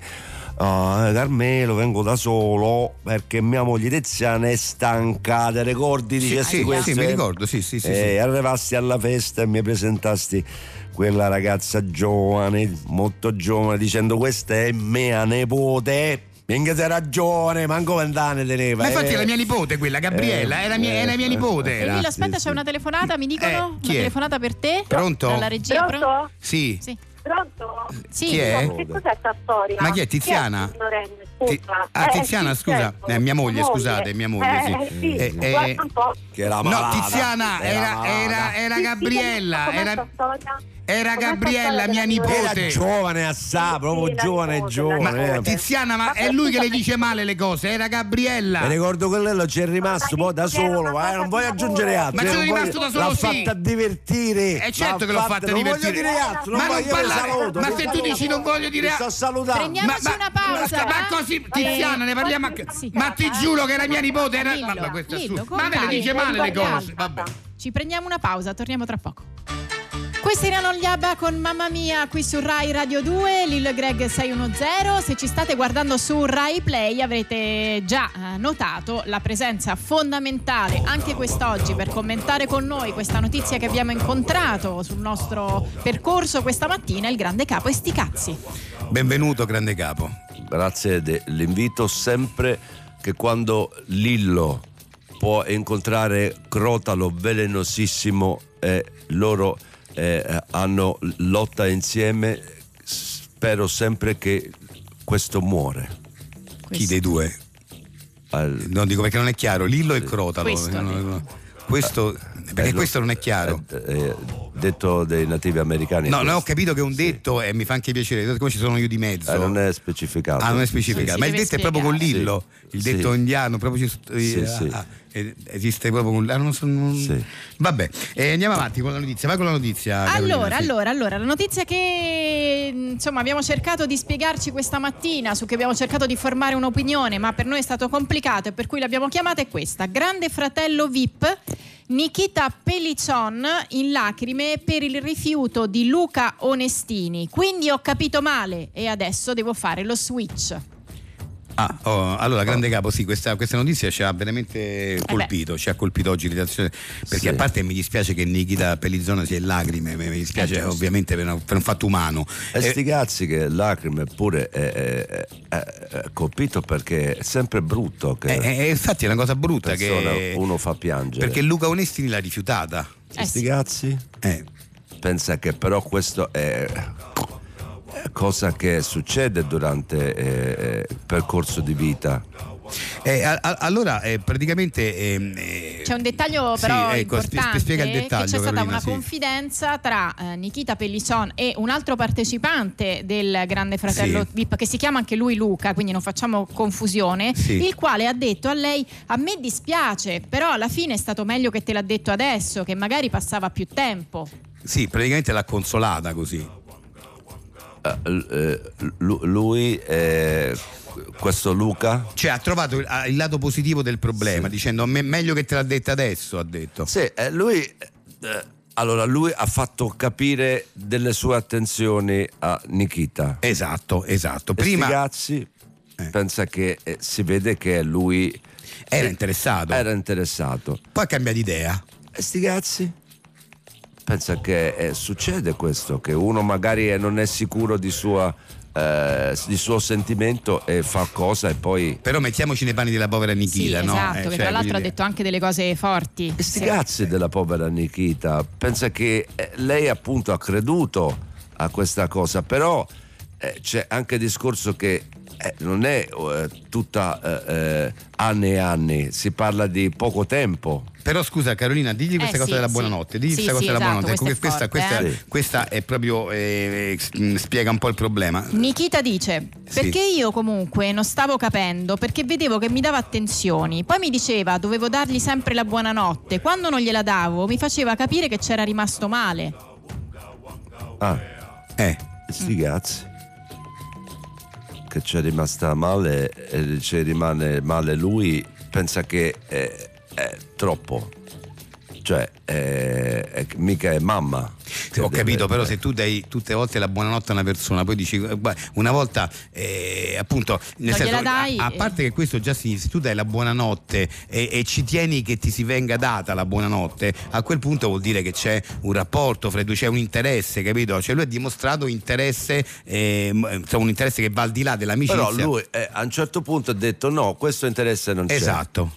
S7: "Ah, Carmelo vengo da solo perché mia moglie Tiziana è stanca, ti ricordi?
S4: Sì,
S7: Dicesti
S4: sì,
S7: questo,
S4: sì, mi
S7: eh?
S4: ricordo, sì, sì, sì,
S7: Eh,
S4: sì.
S7: Arrivasti alla festa e mi presentasti quella ragazza giovane, molto giovane, dicendo questa è mia nipote. Minchia c'è ragione, manco vent'anni teneva.
S4: Ma infatti è
S7: eh.
S4: la mia nipote quella, Gabriella,
S7: Eh,
S4: è la mia, è la mia
S7: eh,
S4: nipote.
S7: eh,
S3: E
S4: era.
S3: Lillo, aspetta,
S7: sì,
S3: c'è
S7: sì.
S3: una telefonata, mi dicono?
S4: Eh,
S3: una
S4: chi è?
S3: telefonata per te?
S4: Pronto?
S3: Dalla regia? pronto?
S8: Pronto?
S4: Sì.
S3: Sì.
S8: Pronto?
S3: Sì.
S4: Chi è?
S8: Che cos'è sta storia?
S4: Ma chi è, Tiziana?
S8: Chi è minorenne?
S4: Ti-
S8: Scusa.
S4: ah,
S8: Eh,
S4: Tiziana,
S8: sì,
S4: scusa.
S8: certo.
S4: Eh, mia moglie,
S8: Tua
S4: scusate, mia moglie, sì.
S8: Eh, sì.
S4: Eh, eh,
S8: Guarda un po'.
S7: Che era
S4: No,
S7: malata,
S4: Tiziana, era,
S7: malata.
S4: era, era
S8: Sì, sì,
S4: Gabriella,
S8: com'è
S4: era,
S8: sta storia?
S4: era
S8: Com'è sta
S4: Gabriella,
S8: storia
S4: mia
S8: della mia-
S7: Era
S4: nipote.
S7: giovane assà, proprio
S8: Sì, la
S7: giovane,
S8: nipote,
S7: giovane.
S8: la
S7: eh.
S4: Ma
S8: nipote.
S4: Tiziana, ma è lui che le dice male le cose, era Gabriella.
S7: Mi ricordo che lei ci è rimasto poi da solo, ma eh, non voglio aggiungere altro.
S4: Ma ci
S7: eh,
S4: sono
S7: non
S4: rimasto
S7: voglio-
S4: da solo,
S7: L'ha
S4: sì.
S7: fatta divertire.
S4: Eh, certo
S7: L'ha
S4: che l'ho fatta divertire.
S7: Non voglio dire altro,
S4: Ma non
S7: voglio- io la
S4: parlare-
S7: saluto,
S4: ma
S7: vi
S4: se tu
S7: saluto.
S4: dici non voglio dire-
S7: Vi sto salutando.
S3: Prendiamo- Facciamoci una pausa,
S4: ma- ma
S3: va?
S4: così,
S3: Va bene.
S4: Tiziana, ne parliamo anche.
S3: Sì.
S4: Ma ti giuro che era mia nipote. Era...
S3: Dillo,
S4: Ma, ma questo è
S3: dillo,
S4: assurdo.
S3: con
S4: Ma me le
S3: calma.
S4: dice male le
S3: Con
S4: cose.
S8: calma.
S4: Vabbè.
S3: Ci prendiamo una pausa, torniamo tra poco. Questa è Non Liaba con Mamma Mia qui su Rai Radio 2, Lillo e Greg 610. Se ci state guardando su Rai Play avrete già eh, notato la presenza fondamentale anche quest'oggi per commentare con noi questa notizia che abbiamo incontrato sul nostro percorso questa mattina, il grande capo Esticazzi.
S4: Benvenuto, grande capo.
S5: Grazie dell'invito, sempre che quando Lillo può incontrare Crotalo velenosissimo e loro eh, hanno lotta insieme, spero sempre che questo muore.
S4: Chi dei due?
S5: Al-
S4: No, dico perché non è chiaro. Lillo e Crotalo.
S3: Questo,
S4: No, no, no. Questo- perché
S5: bello.
S4: questo non è chiaro.
S5: Eh, eh, detto dei nativi americani.
S4: No, no, ho capito che è un detto e mi fa anche piacere. Come ci sono io di mezzo.
S5: Eh, non è specificato.
S4: Ah, non è
S3: Non
S4: specifica,
S3: si
S4: ma il
S3: deve
S4: detto è proprio con
S3: spiegare.
S4: Lillo,
S5: Sì.
S4: il detto
S5: Sì.
S4: indiano, proprio ci sto- eh,
S5: Sì, sì.
S4: ah, eh, esiste proprio con ah, non so, non-
S5: Sì.
S4: Vabbè, eh, andiamo avanti con la notizia, vai con la notizia. Carolina,
S3: Allora,
S4: sì.
S3: allora, allora, la notizia che insomma abbiamo cercato di spiegarci questa mattina, su cui abbiamo cercato di formare un'opinione, ma per noi è stato complicato e per cui l'abbiamo chiamata è questa. Grande fratello VIP, Nikita Pelicion in lacrime per il rifiuto di Luca Onestini. Quindi ho capito male e adesso devo fare lo switch.
S4: Ah, oh, allora, grande capo, sì, questa, questa notizia ci ha
S3: Eh
S4: veramente colpito, ci ha colpito oggi l'itazione, perché
S5: Sì.
S4: a parte mi dispiace che Nikita Pellizzona sia in lacrime, mi mi
S3: Eh,
S4: dispiace ovviamente per, una- per un fatto umano.
S5: E
S4: Eh,
S5: sti cazzi che lacrime pure è, è- è- è colpito perché è sempre brutto che
S4: eh, eh, infatti è una cosa brutta
S5: persona
S4: che
S5: uno fa piangere.
S4: Perché Luca Onestini l'ha rifiutata.
S3: Eh
S5: E sti
S3: sì.
S5: cazzi
S4: Eh.
S5: pensa che però questo è è cosa che succede durante eh, il percorso di vita.
S4: Eh, a- a- allora, eh, praticamente. ehm, eh,
S3: C'è un dettaglio
S4: sì,
S3: però
S4: ecco, spie-
S3: importante,
S4: spiega il
S3: che
S4: dettaglio.
S3: c'è stata
S4: Carolina,
S3: una
S4: sì.
S3: confidenza tra eh, Nikita Pellisson e un altro partecipante del Grande Fratello
S4: Sì.
S3: VIP che si chiama anche lui Luca, quindi non facciamo confusione,
S4: Sì.
S3: il quale ha detto a lei "A me dispiace, però alla fine è stato meglio che te l'ha detto adesso, che magari passava più tempo".
S4: Sì, praticamente l'ha consolata così.
S5: eh, l- eh, lu- lui, eh, questo Luca,
S4: Cioè, ha trovato il, ha il lato positivo del problema, dicendo: "Me- meglio che te l'ha detta adesso, ha detto.
S5: Sì, eh, lui, eh, allora, lui ha fatto capire delle sue attenzioni a Nikita.
S4: Esatto, esatto.
S5: E sti
S4: Prima
S5: cazzi pensa che eh, si vede che lui
S4: era interessato,
S5: era interessato.
S4: poi cambia di idea.
S5: E sti cazzi? Pensa che eh, succede questo, che uno magari eh, non è sicuro di, sua, eh, di suo sentimento e fa cosa e poi...
S4: Però mettiamoci nei panni della povera Nikita,
S3: sì,
S4: no?
S3: esatto,
S4: Eh,
S3: che
S4: cioè, Eh,
S3: tra l'altro ha
S4: voglio dire-
S3: detto anche delle cose forti.
S5: E sti
S3: Sì.
S5: cazzi della povera Nikita, pensa che eh, lei appunto ha creduto a questa cosa, però eh, c'è anche il discorso che eh, non è eh, tutta eh, eh, anni e anni, si parla di poco tempo.
S4: Però scusa Carolina, digli questa
S3: Eh,
S4: cosa
S3: sì,
S4: della
S3: sì.
S4: buonanotte, digli
S3: Sì,
S4: questa cosa
S3: sì,
S4: della
S3: esatto,
S4: buonanotte. Ecco,
S3: questa è
S4: questa, questa,
S5: forte, eh. Sì.
S4: questa è proprio eh, s- mh, spiega un po' il problema.
S3: Nikita dice:
S4: Sì.
S3: Perché io comunque non stavo capendo perché vedevo che mi dava attenzioni. Poi mi diceva dovevo dargli sempre la buonanotte. Quando non gliela davo, mi faceva capire che c'era rimasto male.
S5: Ah,
S4: Eh,
S5: sti cazzi. Che c'è rimasta male e ci rimane male lui, pensa che eh, è troppo. Cioè, eh, è- mica è mamma.
S4: ho capito, però se tu dai tutte le volte la buonanotte a una persona, poi dici eh, guarda, una volta eh, appunto, nel
S3: Non
S4: senso,
S3: gliela dai,
S4: a, a
S3: eh.
S4: parte che questo già si se tu dai la buonanotte e, e ci tieni che ti si venga data la buonanotte, a quel punto vuol dire che c'è un rapporto fra i due, c'è un interesse, capito? Cioè lui ha dimostrato interesse, eh, m- insomma, un interesse che va al di là dell'amicizia.
S5: Però lui eh, a un certo punto ha detto no, questo interesse non c'è.
S4: Esatto.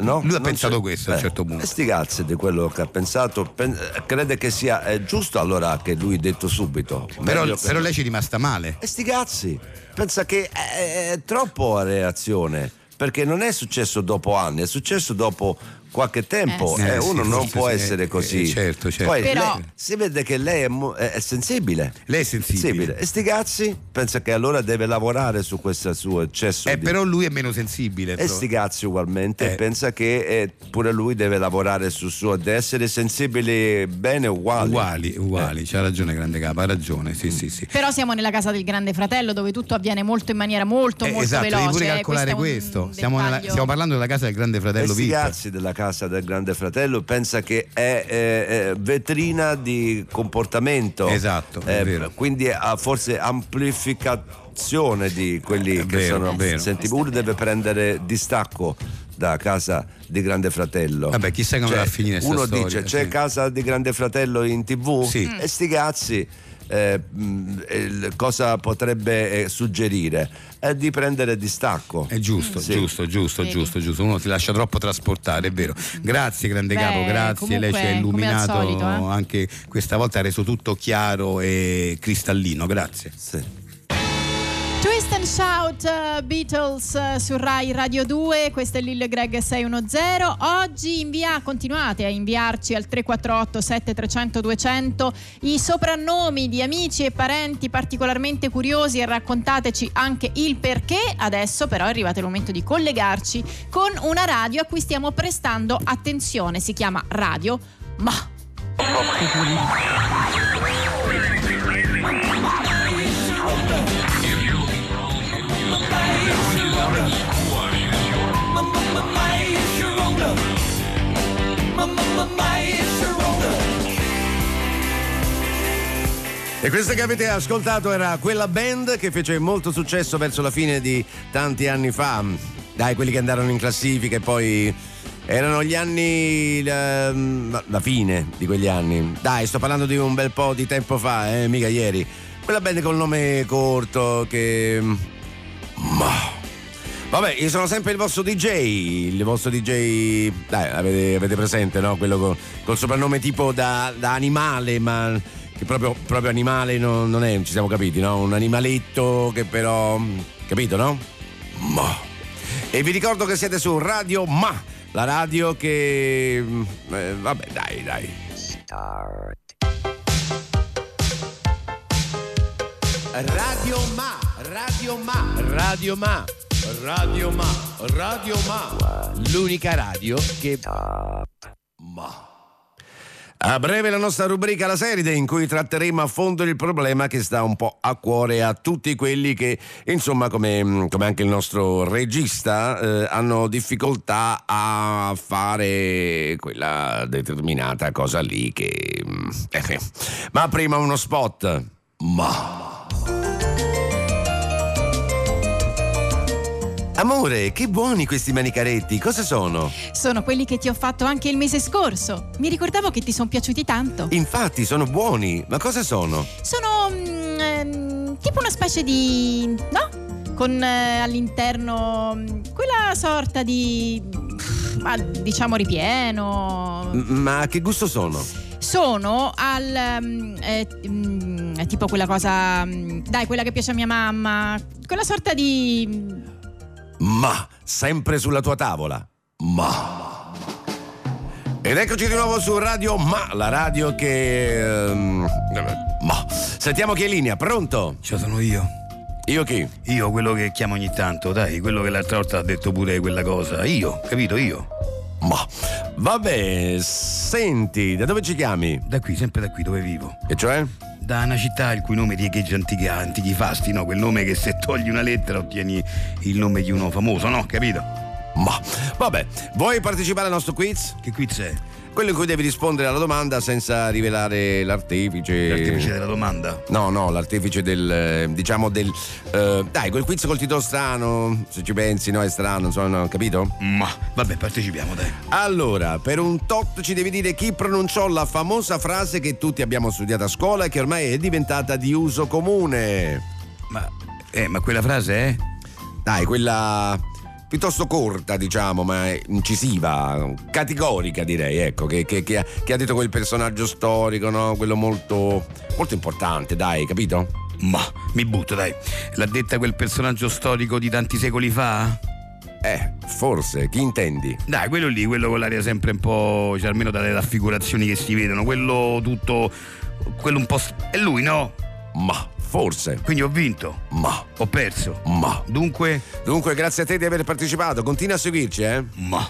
S5: No?
S4: Lui ha
S5: Non
S4: pensato
S5: c'è.
S4: questo a un
S5: Eh,
S4: certo punto.
S5: Sti cazzi di quello che ha pensato, pen- eh, crede che sia eh, giusto allora che lui ha detto subito.
S4: Però,
S5: Meglio che-
S4: però lei ci è rimasta male.
S5: E sti cazzi, pensa che eh, è, è troppo a reazione, perché non è successo dopo anni, è successo dopo qualche tempo
S4: Eh, sì.
S5: e
S4: Eh, sì,
S5: uno non
S4: forse
S5: può
S4: sì,
S5: essere
S4: eh,
S5: così.
S4: eh, certo, certo.
S5: Poi
S3: Però-
S5: lei- si vede che lei è, mo- è- è sensibile.
S4: Lei è sensibile.
S5: E sti cazzi, pensa che allora deve lavorare su questo suo eccesso
S4: Eh,
S5: di Eh
S4: però lui è meno sensibile.
S5: e sti cazzi ugualmente
S4: Eh.
S5: pensa che eh, pure lui deve lavorare su suo ad essere sensibile bene uguale
S4: uguali, uguali, c'ha ragione grande capo, ha ragione, sì, sì, sì.
S3: Però siamo nella casa del grande fratello dove tutto avviene molto in maniera molto
S4: Eh,
S3: molto
S4: esatto,
S3: veloce.
S4: devi pure calcolare
S3: Questo è
S4: questo.
S3: un
S4: Stiamo, nella-
S3: dettaglio.
S4: stiamo parlando della casa del grande
S5: e
S4: fratello
S5: sti
S4: Vip.
S5: cazzi della casa del grande fratello pensa che è eh, eh, vetrina di comportamento Eh,
S4: Esatto, è vero.
S5: quindi ha forse amplificazione di quelli
S4: È
S5: che
S4: vero, è
S5: sono
S4: vero.
S5: senti
S3: Questo è
S5: uno
S3: vero.
S5: deve prendere distacco da casa di grande fratello
S4: Vabbè, chissà come
S5: Cioè,
S4: va a finire sta
S5: uno
S4: storia,
S5: dice c'è
S4: sì.
S5: casa di grande fratello in tv
S4: Sì.
S5: e sti cazzi eh, mm, il- cosa potrebbe eh, suggerire è di prendere distacco
S4: È giusto,
S5: Sì.
S4: giusto, giusto,
S3: Vedi.
S4: giusto, giusto. Uno si lascia troppo trasportare, è vero. Grazie, grande
S3: Beh,
S4: capo, grazie. Lei ci
S3: comunque,
S4: ha
S3: come al
S4: illuminato
S3: solito, eh.
S4: anche questa volta, ha reso tutto chiaro e cristallino. Grazie.
S5: Sì.
S3: Twist and Shout eh, Beatles eh, su Rai Radio 2, questo è Lil Greg 610. Oggi invia- continuate a inviarci al 348 7300 200 i soprannomi di amici e parenti particolarmente curiosi e raccontateci anche il perché. Adesso però è arrivato il momento di collegarci con una radio a cui stiamo prestando attenzione, si chiama Radio Ma.
S5: E questa che avete ascoltato era quella band che fece molto successo verso la fine di tanti anni fa. Dai, quelli che andarono in classifica e poi erano gli anni. ehm, La, la fine di quegli anni. Dai, sto parlando di un bel po' di tempo fa, eh, mica ieri. Quella band col nome corto che. Ma. Vabbè, io sono sempre il vostro DJ, il vostro DJ, dai, avete, avete presente, no? Quello co- col soprannome tipo da, da animale, ma che proprio, proprio animale non, non è, ci siamo capiti, no? Un animaletto che però, capito, no? Ma. E vi ricordo che siete su Radio Ma, la radio che... eh, vabbè, dai, dai.
S9: Radio Ma, Radio Ma, Radio Ma, Radio Ma, Radio Ma. L'unica radio che... Ma.
S7: A breve la nostra rubrica La Seride in cui tratteremo a fondo il problema che sta un po' a cuore a tutti quelli che, insomma, come, mm, come anche il nostro regista, eh, hanno difficoltà a fare quella determinata cosa lì che... mm, eh. Ma prima uno spot. Ma... Amore, che buoni questi manicaretti, cosa sono?
S3: Sono quelli che ti ho fatto anche il mese scorso. Mi ricordavo che ti sono piaciuti tanto.
S7: Infatti sono buoni, ma cosa sono?
S3: Sono mm, ehm, tipo una specie di... no? Con eh, all'interno mm, quella sorta di... ma, diciamo ripieno.
S7: M- ma che gusto sono?
S3: Sono al... mm, eh, mm, è tipo quella cosa... mm, dai, quella che piace a mia mamma. Quella sorta di... mm,
S7: Ma sempre sulla tua tavola. Ma. Ed eccoci di nuovo su Radio Ma, la radio che. ehm, ma. Sentiamo chi è in linea, pronto?
S4: Cioè sono io.
S7: Io chi?
S4: Io quello che chiamo ogni tanto, dai, quello che l'altra volta ha detto pure quella cosa. Io, capito? Io.
S7: Ma. Vabbè, senti, da dove ci chiami?
S4: Da qui, sempre da qui dove vivo.
S7: E cioè?
S4: Da una città il cui nome riecheggia antichi, antichi fasti, no? Quel nome che se togli una lettera ottieni il nome di uno famoso, no? Capito?
S7: Ma. Vabbè, vuoi partecipare al nostro quiz?
S4: Che qui c'è?
S7: Quello in cui devi rispondere alla domanda senza rivelare
S5: Eh.
S7: l'artefice.
S4: L'artefice della domanda.
S7: No, no, l'artefice del, eh, diciamo del... eh, dai, quel quiz col titolo strano, se ci pensi, no, è strano, insomma, no, capito?
S4: Ma vabbè, partecipiamo, dai.
S7: Allora, per un tot ci devi dire chi pronunciò la famosa frase che tutti abbiamo studiato a scuola e che ormai è diventata di uso comune.
S4: Ma, eh, ma quella frase è?
S7: Dai, quella piuttosto corta, diciamo, ma è incisiva, categorica direi, ecco, che, che- che ha, che ha detto quel personaggio storico, no? Quello molto, molto importante, dai, capito?
S4: Ma, mi butto, dai. L'ha detta quel personaggio storico di tanti secoli fa?
S7: Eh, forse, chi intendi?
S4: Dai, quello lì, quello con l'aria sempre un po', cioè almeno dalle raffigurazioni che si vedono, quello tutto, quello un po'... s- È lui, no?
S7: Ma, forse,
S4: Quindi ho vinto,
S7: ma...
S4: ho perso.
S7: Ma.
S4: Dunque,
S7: Dunque, grazie a te di aver partecipato. Continua a seguirci, eh?
S4: ma...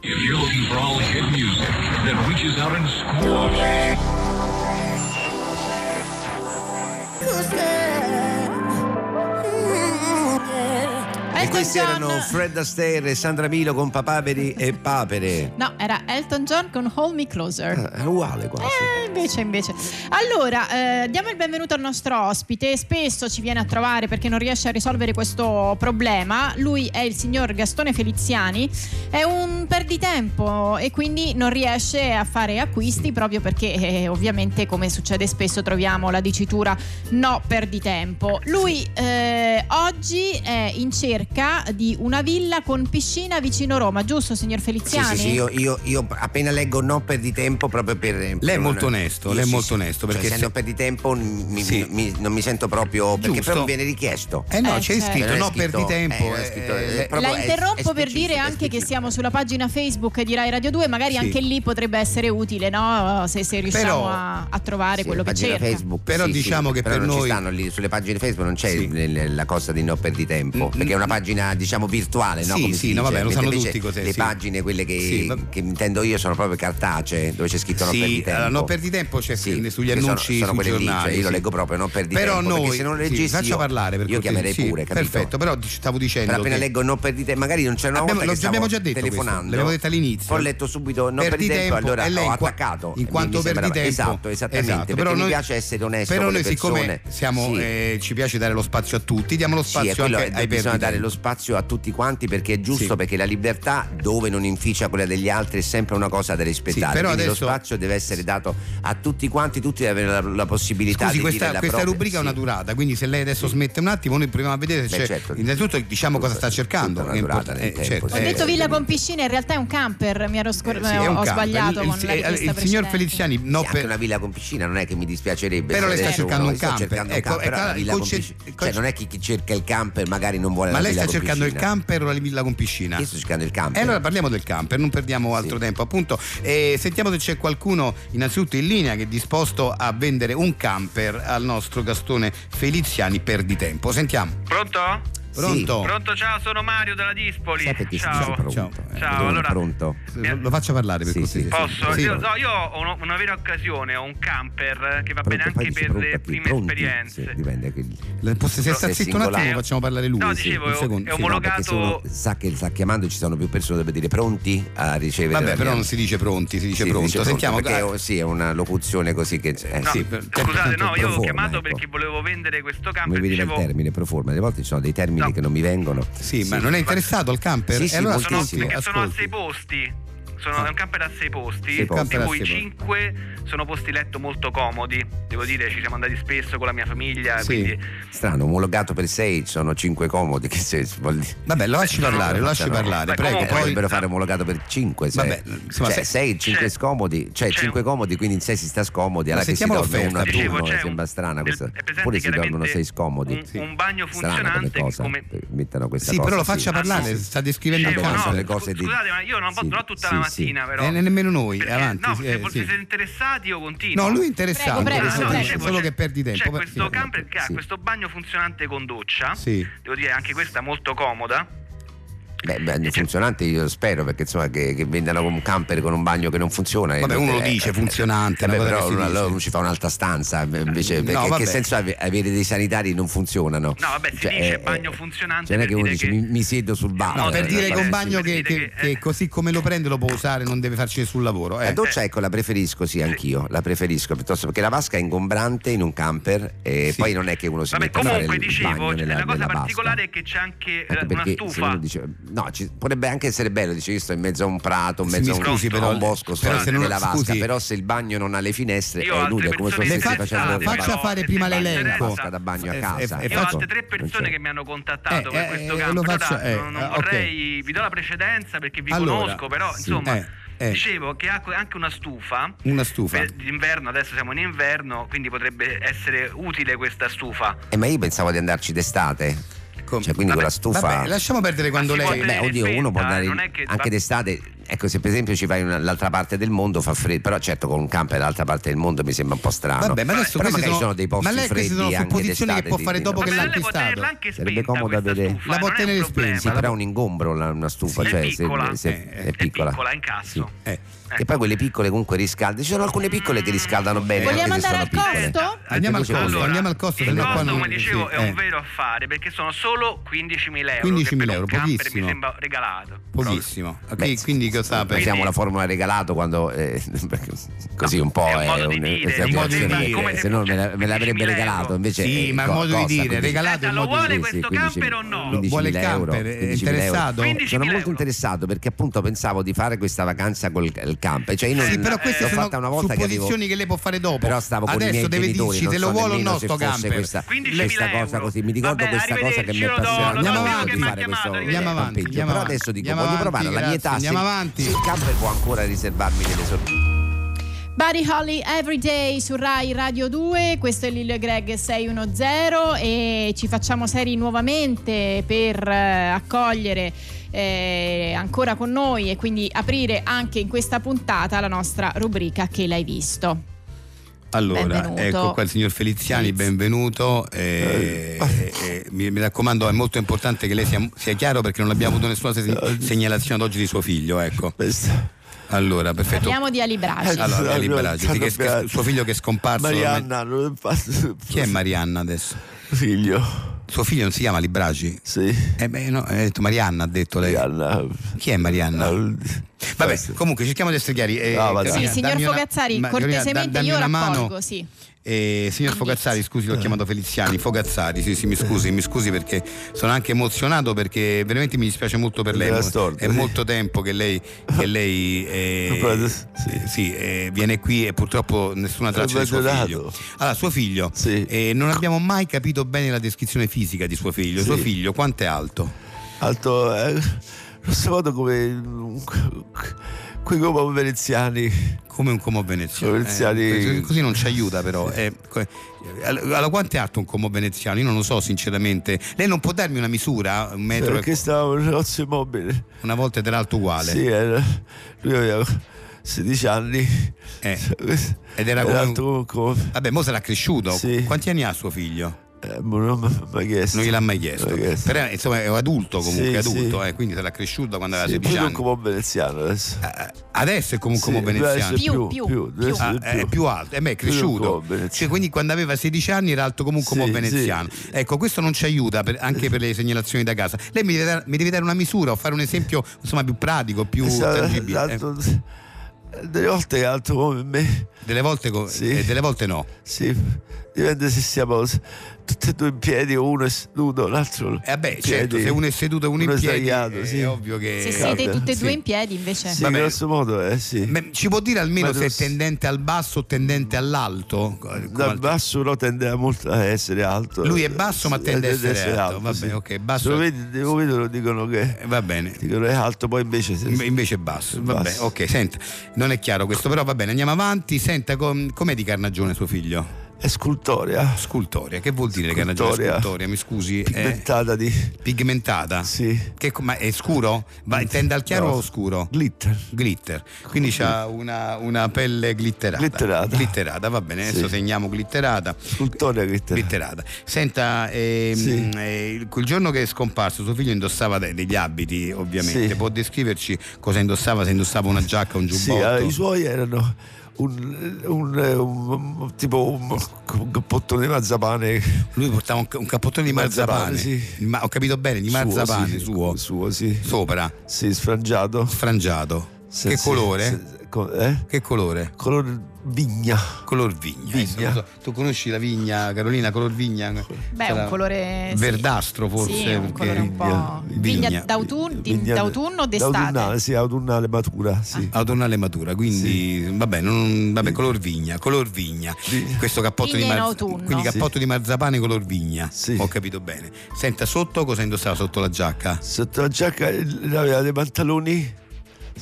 S10: If you're looking for all the hit music that reaches out and squashes.
S7: e
S3: Elton
S7: questi
S3: John.
S7: erano Fred Astaire e Sandra Milo con Papaveri e Papere.
S3: No, era Elton John con Hold Me Closer.
S7: Ah, È uguale quasi.
S3: Eh, invece, invece. Allora, eh, diamo il benvenuto al nostro ospite. Spesso ci viene a trovare perché non riesce a risolvere questo problema. Lui è il signor Gastone Feliziani. È un perditempo e quindi non riesce a fare acquisti proprio perché, eh, ovviamente, come succede spesso, troviamo la dicitura no perditempo. Lui eh, oggi è in cerca di una villa con piscina vicino Roma, giusto, signor
S5: Sì,
S3: Feliziani?
S5: sì, sì, io, io- io appena leggo no per di tempo proprio per...
S4: Lei è molto onesto, lei è molto onesto, perché
S5: perché Cioè, se
S4: se-
S5: no per di tempo mi-
S4: Sì.
S5: mi- non mi sento proprio... Perché
S4: Giusto.
S5: però mi viene richiesto.
S4: Eh no,
S3: Eh,
S4: c'è
S3: certo.
S4: scritto,
S5: Eh,
S4: no,
S5: è scritto-
S4: perdi tempo.
S5: eh, è scritto-
S4: eh,
S5: eh, proprio
S3: La
S5: è-
S3: interrompo
S5: è
S3: per dire
S5: specifico, è
S3: anche che
S5: specifico.
S3: siamo sulla pagina Facebook di Rai Radio 2, magari
S4: Sì.
S3: anche lì potrebbe essere utile, no? Se, se riusciamo
S4: Però-
S3: a, a trovare
S5: Sì,
S3: quello che
S5: pagina
S3: cerca.
S5: Facebook,
S4: Però
S5: sì, sì,
S4: diciamo che
S5: però
S4: per
S5: non
S4: noi-
S5: ci stanno lì sulle pagine Facebook non c'è
S4: Sì.
S5: il- la cosa di no per di tempo
S4: Mm,
S5: perché è una
S4: mm,
S5: pagina diciamo virtuale no?
S4: Sì,
S5: Come si
S4: sì, no,
S5: dice.
S4: vabbè, lo sanno
S5: Mentre invece
S4: tutti cos'è,
S5: le
S4: sì.
S5: pagine quelle che,
S4: Sì, va-
S5: che intendo io sono proprio cartacee dove c'è scritto no per di
S4: Sì,
S5: tempo
S4: allora, no perdi tempo c'è
S5: Sì,
S4: scritto sugli
S5: che sono-
S4: annunci
S5: sono
S4: sui
S5: quelle lì,
S4: giornali.
S5: cioè, io lo
S4: sì.
S5: leggo proprio no perdi
S4: però
S5: tempo, perché
S4: noi,
S5: se non
S4: sì,
S5: leggessi
S4: faccia
S5: io-
S4: parlare per
S5: io
S4: cortesia,
S5: chiamerei
S4: sì,
S5: pure, capito?
S4: Perfetto, però ti- stavo dicendo
S5: però appena
S4: che-
S5: leggo no per di tempo magari non c'è una
S4: Abbiamo-
S5: volta
S4: lo
S5: che stavo
S4: abbiamo già detto questo,
S5: telefonando
S4: l'avevo detto all'inizio.
S5: poi ho letto subito no per di tempo allora
S4: e lei
S5: ho
S4: in qua-
S5: attaccato
S4: In
S5: Mi-
S4: quanto
S5: mi
S4: perdi
S5: sembrava-
S4: tempo.
S5: esatto esattamente
S4: Esatto,
S5: perché mi piace essere onesto
S4: Però
S5: con le
S4: noi, siccome
S5: persone.
S4: siamo,
S5: Sì.
S4: eh, ci piace dare lo spazio a tutti, diamo lo
S5: Sì, è
S4: spazio
S5: quello,
S4: anche
S5: eh,
S4: ai
S5: bisogna
S4: perdi
S5: dare
S4: tempo.
S5: lo spazio a tutti quanti perché è giusto,
S4: Sì.
S5: perché la libertà dove non inficia quella degli altri è sempre una cosa da rispettare.
S4: però
S5: Quindi
S4: adesso-
S5: lo spazio deve essere dato a tutti quanti, tutti devono avere la, la possibilità
S4: Scusi,
S5: di
S4: questa,
S5: dire la
S4: questa
S5: propria,
S4: rubrica ha una
S5: sì.
S4: durata, quindi se lei adesso smette un attimo, noi proviamo a vedere
S5: Beh,
S4: se c'è.
S5: certo.
S4: Innanzitutto diciamo cosa sta
S5: Tutta-
S4: cercando.
S5: tutta
S4: che è
S5: una
S4: import-
S5: durata nel
S4: eh,
S5: tempo,
S4: certo.
S5: sì.
S3: Ho
S5: Eh,
S3: detto
S5: sì,
S3: villa con
S5: quindi-
S3: piscina, in realtà è un camper, mi ero scor-
S4: Eh, sì, è
S3: ho,
S4: un
S3: ho
S4: camper.
S3: sbagliato
S4: Il-
S3: con la
S4: il-
S3: richiesta
S4: il signor
S3: precedente.
S4: Feliciani, no,
S5: Sì, anche
S4: per-
S5: una villa con piscina non è che mi dispiacerebbe
S4: Però lei sta
S5: essere
S4: cercando
S5: uno,
S4: un
S5: sto
S4: camper.
S5: cercando un
S4: Ecco,
S5: camper,
S4: ecco,
S5: però una villa con
S4: conce-
S5: piscina.
S4: conce-
S5: cioè non è che chi cerca il camper magari non vuole
S4: Ma
S5: la
S4: lei
S5: villa
S4: sta
S5: con
S4: cercando il
S5: piscina.
S4: camper o la villa con piscina?
S5: io sto cercando il
S4: E
S5: camper
S4: allora parliamo del camper, non perdiamo altro
S5: Sì.
S4: tempo. Appunto, Eh, sentiamo se c'è qualcuno innanzitutto in linea che è disposto a vendere un camper al nostro Gastone Feliziani per di tempo. Sentiamo.
S6: Pronto?
S4: Pronto?
S6: Pronto, ciao, sono Mario della Dispoli.
S5: Oh. Sai perché sono
S6: ciao.
S5: pronto?
S4: Ciao.
S5: Eh,
S6: Ciao,
S5: sono
S6: allora-
S5: pronto.
S4: Lo- Lo faccia parlare per
S5: Sì,
S4: così.
S5: sì, sì.
S6: Posso?
S5: Sì.
S6: Io, no, io ho uno- una vera occasione, ho un camper eh, che va
S5: Pronto,
S6: bene
S5: poi
S6: anche
S5: dice
S6: per
S5: pronto a
S6: le
S5: chi?
S6: prime
S5: Pronti?
S6: esperienze.
S5: Sì, dipende che-
S4: Le posso- Se
S5: No,
S4: sta
S5: è
S4: zitto un attimo,
S5: singolare.
S4: facciamo parlare lui.
S6: No,
S4: Sì,
S6: dicevo,
S4: un
S6: è-
S4: secondo.
S6: è
S5: Sì, no, perché
S6: omologato.
S5: sono- sa che sta chiamando ci sono più persone per dire pronti a ricevere
S4: Vabbè,
S5: la
S4: però
S5: mia-
S4: non si dice pronti, si dice
S5: Sì,
S4: pronto. Sentiamo.
S5: perché oh, sì, è una locuzione così che eh,
S6: No,
S4: sì,
S5: per-
S4: per-
S6: scusate, no, io ho
S5: proforma,
S6: chiamato
S5: ecco.
S6: perché volevo vendere questo
S5: mi
S6: camper.
S5: veniva
S6: dicevo,
S5: il termine pro forma, delle volte ci sono dei termini
S6: No.
S5: che non mi vengono.
S4: Sì, ma non è interessato al camper?
S5: Sì, sì,
S4: E allora
S5: moltissimo.
S6: sono,
S4: ascolti,
S6: perché sono a
S4: ascolti.
S6: sei posti. Sono
S4: Ah.
S6: è un camper a sei posti,
S5: Sei posti.
S6: di
S4: Camper a
S6: cui
S4: sei posti.
S6: cinque sono posti letto molto comodi. Devo dire, ci siamo andati spesso con la mia famiglia.
S4: Sì.
S6: Quindi
S5: Strano, omologato per 6 sono 5 comodi. Che se vuol dire.
S4: Vabbè, lo lasci parlare, lo lasci
S5: no, no.
S4: parlare,
S6: Beh,
S4: prego.
S5: Eh,
S6: comunque-
S4: Poi
S5: dovrebbero fare omologato per 5
S4: Vabbè, insomma,
S5: cioè
S4: se-
S5: 6 5
S6: c'è-
S5: scomodi cioè
S6: c'è
S5: 5
S6: un-
S5: comodi quindi in 6 si sta scomodi
S4: Ma
S5: allora che si
S4: sentiamo
S5: dorme uno a
S4: l'offerta.
S6: Dicevo,
S5: turno
S6: c'è un-
S5: sembra strana
S6: del-
S5: questa
S6: è presente
S5: pure si dormono
S6: chiaramente
S5: 6 scomodi
S6: un- un bagno
S5: Strana come
S6: funzionante
S5: cosa
S6: come-
S5: eh, mettano questa
S4: Sì,
S5: cosa
S4: però lo
S5: sì.
S4: faccia parlare,
S6: Ah,
S5: Sì, sì.
S4: sta descrivendo il
S5: Dicevo,
S4: campo.
S5: no,
S6: no,
S5: le cose
S6: scu-
S5: di-
S6: scusate, ma io non
S5: sì,
S6: posso, non tutta
S5: sì,
S6: la mattina,
S5: sì.
S6: però.
S4: Eh, ne- nemmeno noi,
S6: Perché-
S4: avanti.
S6: No,
S4: sì,
S6: se
S4: eh,
S6: voi
S4: sì.
S6: siete interessati, io continuo.
S4: No, lui è interessato,
S3: Prego, prego,
S4: questo
S3: prego.
S4: dice,
S3: prego.
S4: solo che perdi tempo.
S6: C'è
S4: per-
S6: questo
S4: sì.
S6: camper che ha
S5: Sì.
S6: questo bagno funzionante con doccia.
S4: Sì.
S6: Devo dire, anche questa molto comoda.
S5: Beh, beh, funzionante io spero perché insomma che, che vendano un camper con un bagno che non funziona.
S4: Vabbè,
S5: Eh,
S4: uno lo
S5: eh,
S4: dice,
S5: eh,
S4: funzionante,
S5: vabbè,
S4: una cosa
S5: però
S4: che si
S5: uno,
S4: dice.
S5: allora uno ci fa un'altra stanza eh, invece
S4: No,
S5: perché
S4: vabbè.
S5: che senso ha ave- avere dei sanitari che non funzionano? eh,
S6: No, vabbè, si dice bagno funzionante
S5: Cioè non è che
S6: per
S5: uno
S6: dire
S5: dice
S6: che-
S5: mi, mi siedo sul bagno.
S4: No,
S6: No,
S4: per
S6: eh,
S4: dire
S6: eh,
S4: che un bagno
S6: sì,
S4: che,
S6: per dire
S4: che-
S6: che-
S4: che così come lo prende lo può usare, non deve farci nessun lavoro. eh.
S5: La doccia, ecco, la preferisco, sì, anch'io. La preferisco piuttosto perché la vasca è ingombrante in un camper e
S4: Sì.
S5: poi non è che uno si
S6: Vabbè,
S5: mette a fare
S6: comunque
S5: il bagno
S6: dicevo,
S5: nella,
S6: la
S5: nella
S6: cosa
S5: vasca.
S6: particolare è che c'è
S4: Ecco
S6: anche eh,
S5: Anche
S6: una
S5: perché se
S6: stufa.
S5: uno dice, no, ci potrebbe anche essere bello, dice io sto in mezzo a un prato, in
S4: Sì,
S5: mezzo
S4: mi
S5: a un,
S4: scusi,
S5: a
S4: però-
S5: un bosco, sto
S4: però se non-
S5: nella vasca,
S4: scusi.
S5: però se il bagno non ha le finestre
S6: Io ho
S5: è
S6: altre
S5: nulla, è come se
S6: persone
S5: fosse
S4: Le
S5: facendo
S4: faccia,
S6: interessate,
S5: una
S4: faccia
S6: però,
S4: fare
S6: se
S4: prima
S6: ti
S4: l'elenco.
S6: interessa.
S5: vasca da bagno a
S4: Eh,
S5: casa.
S4: eh,
S6: Io ho
S4: faccio-
S6: altre tre persone
S5: c'è.
S6: che mi hanno contattato
S4: Eh,
S6: per
S4: eh,
S6: questo
S4: eh,
S6: campo.
S4: lo faccio-
S6: Ora,
S4: eh,
S6: non non
S4: ah, ok.
S6: vorrei, vi do la precedenza perché vi
S4: Allora,
S6: conosco, però
S4: sì.
S6: insomma,
S4: Eh, eh.
S6: dicevo che ha co- anche una stufa.
S4: Una stufa.
S6: Per- d'inverno, Eh, adesso siamo in inverno, quindi potrebbe essere utile questa stufa.
S5: Eh, ma io pensavo di andarci d'estate.
S4: Com-
S5: Cioè, quindi con la stufa.
S4: Vabbè, lasciamo perdere quando
S6: si può
S4: lei.
S6: tenere
S5: Beh, oddio,
S6: spenta,
S5: uno può
S6: eh,
S5: andare
S6: non è che-
S5: anche d'estate. Ecco, se per esempio ci vai in un'altra parte del mondo fa freddo, però certo con un camper dall'altra parte del mondo mi sembra un po' strano.
S4: Vabbè, ma adesso
S5: però
S4: queste
S5: magari
S4: sono-
S5: ci sono dei posti
S4: ma lei queste
S5: freddi
S4: sono
S5: anche
S4: supposizioni che
S5: d'estate,
S4: può fare
S5: di-
S4: dopo
S5: di-
S4: che
S6: Ma
S4: l'ha
S6: lei può
S4: acquistato.
S6: tenerla anche
S5: Sarebbe
S6: spenta
S5: comoda
S6: questa
S5: vedere.
S6: stufa,
S4: La può
S6: non è un
S4: tenere
S6: problema.
S5: Sì,
S4: spenta.
S5: però è un ingombro la- una stufa,
S6: Sì, è
S5: cioè
S6: piccola.
S5: se, se- è
S4: Eh, è
S6: È piccola,
S5: piccola.
S6: in casso.
S4: Sì, eh.
S6: Ecco.
S5: E poi quelle piccole comunque riscaldano. Ci sono alcune piccole che riscaldano bene.
S3: Vogliamo
S5: anche se
S3: andare
S5: sono
S3: al
S5: piccole.
S3: costo?
S4: Andiamo al
S5: Altre
S4: costo,
S5: cose-
S4: andiamo al costo,
S6: Il
S4: sennò qua
S6: costo,
S4: non-
S6: come dicevo,
S4: sì,
S6: è
S4: eh.
S6: un vero affare perché sono solo 15.000 euro.
S4: 15.000
S6: che per
S4: euro,
S6: un camper
S4: pochissimo.
S6: mi sembra regalato.
S4: Pochissimo. Ok,
S5: Beh,
S4: quindi cosa per-
S5: Usiamo la formula regalato quando eh, perché così un po'
S6: è un
S5: è
S6: modo di
S5: un-
S6: dire,
S5: è un
S4: cioè,
S5: modo di
S4: sembra
S5: dire,
S4: come se
S5: se no me, la- me l'avrebbe
S6: 15.000
S5: regalato
S6: euro.
S5: invece
S4: Sì,
S5: eh,
S4: ma il
S5: co-
S4: modo di
S5: costa
S4: dire,
S5: 15.000
S4: regalato è un
S6: Lo
S4: modo di
S6: vuole
S4: dire.
S6: questo camper o no?
S4: Lo vuole il
S5: 15.000 euro,
S4: camper, è
S5: 15.000
S4: interessato.
S5: euro. Sono
S6: 15.000
S5: molto
S6: euro.
S5: interessato perché appunto pensavo di fare questa vacanza col il camper. Cioè io non,
S4: Sì, però queste
S5: l'ho
S4: sono
S5: fatta una volta che avevo
S4: supposizioni che lei può fare dopo.
S5: però stavo con i miei
S4: Adesso deve
S5: genitori,
S4: dirci
S5: non
S4: se
S5: so
S4: lo vuole o
S5: nemmeno
S4: no
S5: se
S4: sto
S5: fosse
S4: camper.
S5: Questa,
S6: 15.000
S5: questa
S6: euro.
S5: cosa così, mi ricordo
S6: Vabbè,
S5: questa cosa che
S6: arrivederci,
S5: mi è
S6: lo do-
S5: passata.
S6: lo
S4: do
S5: Andiamo
S4: quello
S5: avanti,
S4: che
S5: di
S4: mi ha
S5: fare
S6: chiamato,
S5: questo
S4: Andiamo avanti,
S5: campeggio.
S4: andiamo
S5: però
S4: avanti,
S5: adesso dico,
S4: andiamo
S5: voglio
S4: avanti,
S5: provare alla mia
S4: grazie,
S5: età. se-
S4: andiamo avanti.
S5: se Il camper può ancora riservarmi delle sorprese.
S3: Buddy Holly Everyday su Rai Radio 2, questo è Lillo e Greg 610 e ci facciamo seri nuovamente per eh, accogliere eh, ancora con noi e quindi aprire anche in questa puntata la nostra rubrica Che l'hai visto?
S4: Allora,
S3: Benvenuto.
S4: ecco qua il signor Feliziani, benvenuto. eh, eh, eh, mi, mi raccomando, è molto importante che lei sia, sia chiaro perché non abbiamo avuto nessuna se- segnalazione ad oggi di suo figlio. Ecco. Allora, perfetto.
S3: Parliamo di Ali
S11: Eh,
S3: Braci.
S4: Allora, Eli Bragi, sì, che- che- suo figlio che è scomparso.
S11: Marianna, non è fatto
S4: Chi è Marianna adesso?
S11: figlio.
S4: Suo figlio non si chiama Libragi?
S11: Sì.
S4: Eh beh, no, ha detto Marianna, ha detto lei.
S11: Marianna. Eh,
S4: Chi è Marianna? Vabbè, comunque cerchiamo di essere chiari. eh,
S11: Ah, va
S4: Carolina,
S11: dai.
S3: Sì, signor
S4: dammi una-
S3: Fogazzari,
S4: ma- Carolina,
S3: cortesemente
S4: da- dammi
S3: io
S4: una mano.
S3: raccolgo, sì.
S4: Eh, signor Fogazzari, scusi, l'ho chiamato Feliziani. Fogazzari, sì, sì, mi scusi, mi scusi perché sono anche emozionato perché veramente mi dispiace molto per lei.
S11: Della
S4: Mo-
S11: storta,
S4: è
S11: sì.
S4: molto tempo che lei, che lei, eh,
S11: Sì.
S4: sì, eh, viene qui e purtroppo nessuna traccia di suo
S11: abbandonato.
S4: figlio. Allora, suo figlio,
S11: Sì.
S4: eh, non abbiamo mai capito bene la descrizione fisica di suo figlio. Suo
S11: Sì.
S4: figlio, quanto è alto?
S11: Alto, eh, grosso modo come quei come veneziani.
S4: Come un comò veneziano.
S11: Come veneziani.
S4: Eh, così non ci aiuta però. Eh, co- allora, quanto è alto un comò veneziano? Io non lo so sinceramente. Lei non può darmi una misura, un metro,
S11: Perché stava in un negozio immobile.
S4: una volta ed era alto uguale.
S11: Sì, era- lui aveva 16 anni.
S4: Eh,
S11: Ed
S4: era come un-
S11: alto come-
S4: Vabbè, mo sarà cresciuto.
S11: Sì.
S4: Quanti anni ha suo figlio?
S11: Eh, ma non mi ha mai chiesto.
S4: Non gliel'ha mai chiesto.
S11: Non l'ha chiesto.
S4: Però insomma è un adulto comunque,
S11: Sì,
S4: adulto,
S11: sì.
S4: eh, quindi sarà cresciuto quando aveva
S11: Sì, poi
S4: 16
S11: sono
S4: anni.
S11: come un veneziano adesso.
S4: Adesso è comunque Eh, un
S11: Sì,
S4: po' veneziano.
S11: adesso è
S3: Più, più,
S11: adesso
S4: Ah, è più alto, eh beh, è
S11: Più un
S4: cresciuto.
S11: po' veneziano.
S4: Cioè, quindi quando aveva 16 anni era alto comunque un
S11: Sì,
S4: po' veneziano.
S11: sì.
S4: Ecco, questo non ci aiuta per- anche per le segnalazioni da casa. Lei mi deve, dare, mi deve dare una misura o fare un esempio insomma più pratico, più
S11: Sa-
S4: tangibile. Eh,
S11: l'altro- Delle volte è alto come me.
S4: delle, volte co-
S11: Sì.
S4: eh, delle volte no.
S11: Sì, dipende se siamo tutti e due in piedi o uno è seduto, l'altro.
S4: Eh beh,
S11: in
S4: certo,
S11: piedi.
S4: se uno è seduto e uno,
S11: Uno
S4: in
S11: è
S4: piedi, eh,
S11: sdraiato,
S4: è
S11: sì.
S4: ovvio che
S3: Se siete
S11: cambia,
S3: tutti e due
S11: sì.
S3: in piedi invece.
S11: Sì,
S4: Vabbè.
S11: grosso modo, eh sì.
S4: Ma ci può dire almeno
S11: Ma
S4: se
S11: non
S4: è
S11: s-
S4: tendente al basso o tendente all'alto? Come
S11: Dal
S4: al-
S11: basso uno tende molto a essere alto.
S4: Lui è basso, ma
S11: Sì,
S4: tende a essere alto. Vabbè,
S11: sì.
S4: ok, basso-
S11: Se lo vedi, devo vedere, lo dicono che
S4: Eh, Va bene.
S11: dicono è alto, poi invece se-
S4: Inve- Invece è basso, va bene,
S11: Basso.
S4: ok, senta, non è chiaro questo, però va bene, andiamo avanti. Senta, com- com'è di carnagione suo figlio?
S11: è scultoria,
S4: Scultoria, che vuol dire carnagione?
S11: Scultorea.
S4: Scultoria, mi scusi, è
S11: pigmentata di
S4: pigmentata?
S11: sì, Mm.
S4: Che co- ma è scuro? Va, tende al chiaro
S11: No.
S4: o oscuro?
S11: glitter.
S4: Glitter, quindi c'ha una, una pelle glitterata.
S11: Glitterata.
S4: Glitterata, va bene, adesso
S11: Sì.
S4: segniamo glitterata.
S11: Scultoria glitter.
S4: Glitterata. Senta, ehm,
S11: Sì.
S4: eh, quel giorno che è scomparso suo figlio indossava de- degli abiti, ovviamente.
S11: Sì.
S4: Può descriverci cosa indossava, se indossava una giacca, un
S11: Sì,
S4: giubbotto?
S11: allora, i suoi erano un, un- un- tipo un, un cappottone di marzapane
S4: Lui portava un, ca- un cappottone di
S11: Marzapane,
S4: marzapane,
S11: sì.
S4: ma ho capito bene, di marzapane suo,
S11: suo, sì, suo sì.
S4: sopra,
S11: Sì, sfrangiato.
S4: sfrangiato.
S11: Sì,
S4: che
S11: sì,
S4: colore?
S11: sì, co- eh?
S4: Che colore?
S11: Color vigna.
S4: Color vigna.
S11: Vigna.
S4: Adesso non so, tu conosci la vigna, Carolina, color vigna?
S3: Beh,
S4: Sarà
S3: un colore sì.
S4: verdastro forse,
S3: Sì, un
S4: perché-
S3: colore un po'.
S4: Vigna.
S3: Vigna, d'autun- di-
S11: Vigna-
S3: d'autunno o
S11: D'autunnale,
S3: d'estate? Ah.
S11: sì, autunnale matura, sì.
S4: Autunnale matura, quindi vabbè, non- vabbè, color vigna, color vigna.
S11: Sì.
S4: Questo cappotto
S3: Vigna
S4: di
S3: in
S4: mar-
S3: autunno.
S4: quindi cappotto di marzapane color vigna.
S11: Sì.
S4: Ho capito bene. Senta sotto cosa indossava sotto la giacca?
S11: Sotto la giacca eh, aveva dei pantaloni.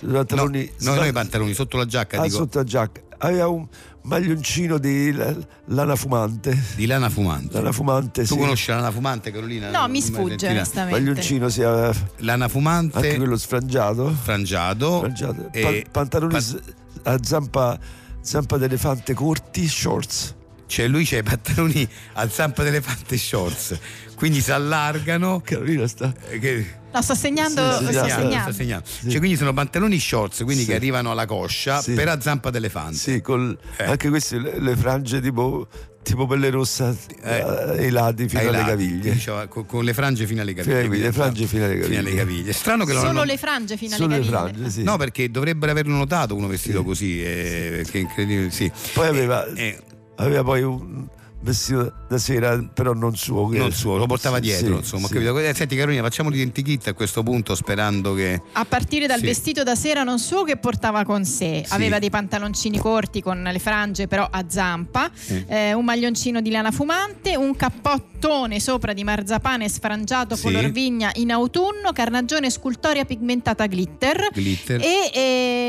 S11: dei pantaloni
S4: no, no,
S11: sfran-
S4: no, i pantaloni sotto la giacca
S11: Ah,
S4: dico,
S11: sotto la giacca. Aveva un maglioncino di la- lana fumante.
S4: di lana fumante.
S11: Lana fumante,
S4: Tu
S11: sì.
S4: conosci lana fumante, Carolina?
S3: No, mi
S4: Mai
S3: sfugge
S4: sentita?
S3: onestamente.
S11: Maglioncino, sì, aveva
S4: Lana
S11: anche
S4: fumante,
S11: quello sfrangiato.
S4: frangiato,
S11: Sfrangiato.
S4: Oh, e
S11: Pa- pantaloni
S4: pa-
S11: s- a zampa, zampa d'elefante corti, shorts.
S4: cioè lui c'ha i pantaloni a zampa d'elefante e shorts, quindi si allargano.
S11: Carolina sta.
S4: eh, che-
S3: No, sto segnando.
S11: Sì, sì,
S3: sto
S11: sì,
S3: segnando.
S4: sta segnando. Cioè, quindi sono pantaloni shorts, quindi
S11: Sì.
S4: che arrivano alla coscia
S11: Sì.
S4: per a zampa d'elefante.
S11: Sì, col-
S4: Eh.
S11: anche queste le, le frange tipo, tipo pelle rossa
S4: Eh.
S11: eh, ai lati fino
S4: Ai
S11: alle
S4: lati, diciamo.
S11: caviglie.
S4: quindi c'ha- co- con, le frange fino alle
S11: Fino
S4: caviglie.
S11: alle caviglie, le frange fino alle
S4: Fino alle
S11: caviglie.
S4: caviglie. È strano che non-
S3: Solo
S4: non-
S3: le frange fino alle
S11: Solo le
S3: caviglie.
S11: frange, sì.
S4: No, perché dovrebbero averlo notato uno vestito così, eh, che è incredibile, sì.
S11: Poi aveva,
S4: Eh,
S11: aveva poi un vestito da sera, però non suo. che-
S4: non suo, lo portava
S11: Sì,
S4: dietro,
S11: sì,
S4: insomma. ho
S11: sì.
S4: capito? Eh, Senti Carolina, facciamo l'identikit a questo punto sperando che...
S3: A partire dal
S4: Sì.
S3: vestito da sera non suo che portava con sé,
S4: Sì.
S3: aveva dei pantaloncini corti con le frange però a zampa,
S4: Sì.
S3: eh, un maglioncino di lana fumante, un cappottone sopra di marzapane sfrangiato
S4: Sì.
S3: color vigna in autunno, carnagione scultoria pigmentata glitter.
S4: Glitter.
S3: E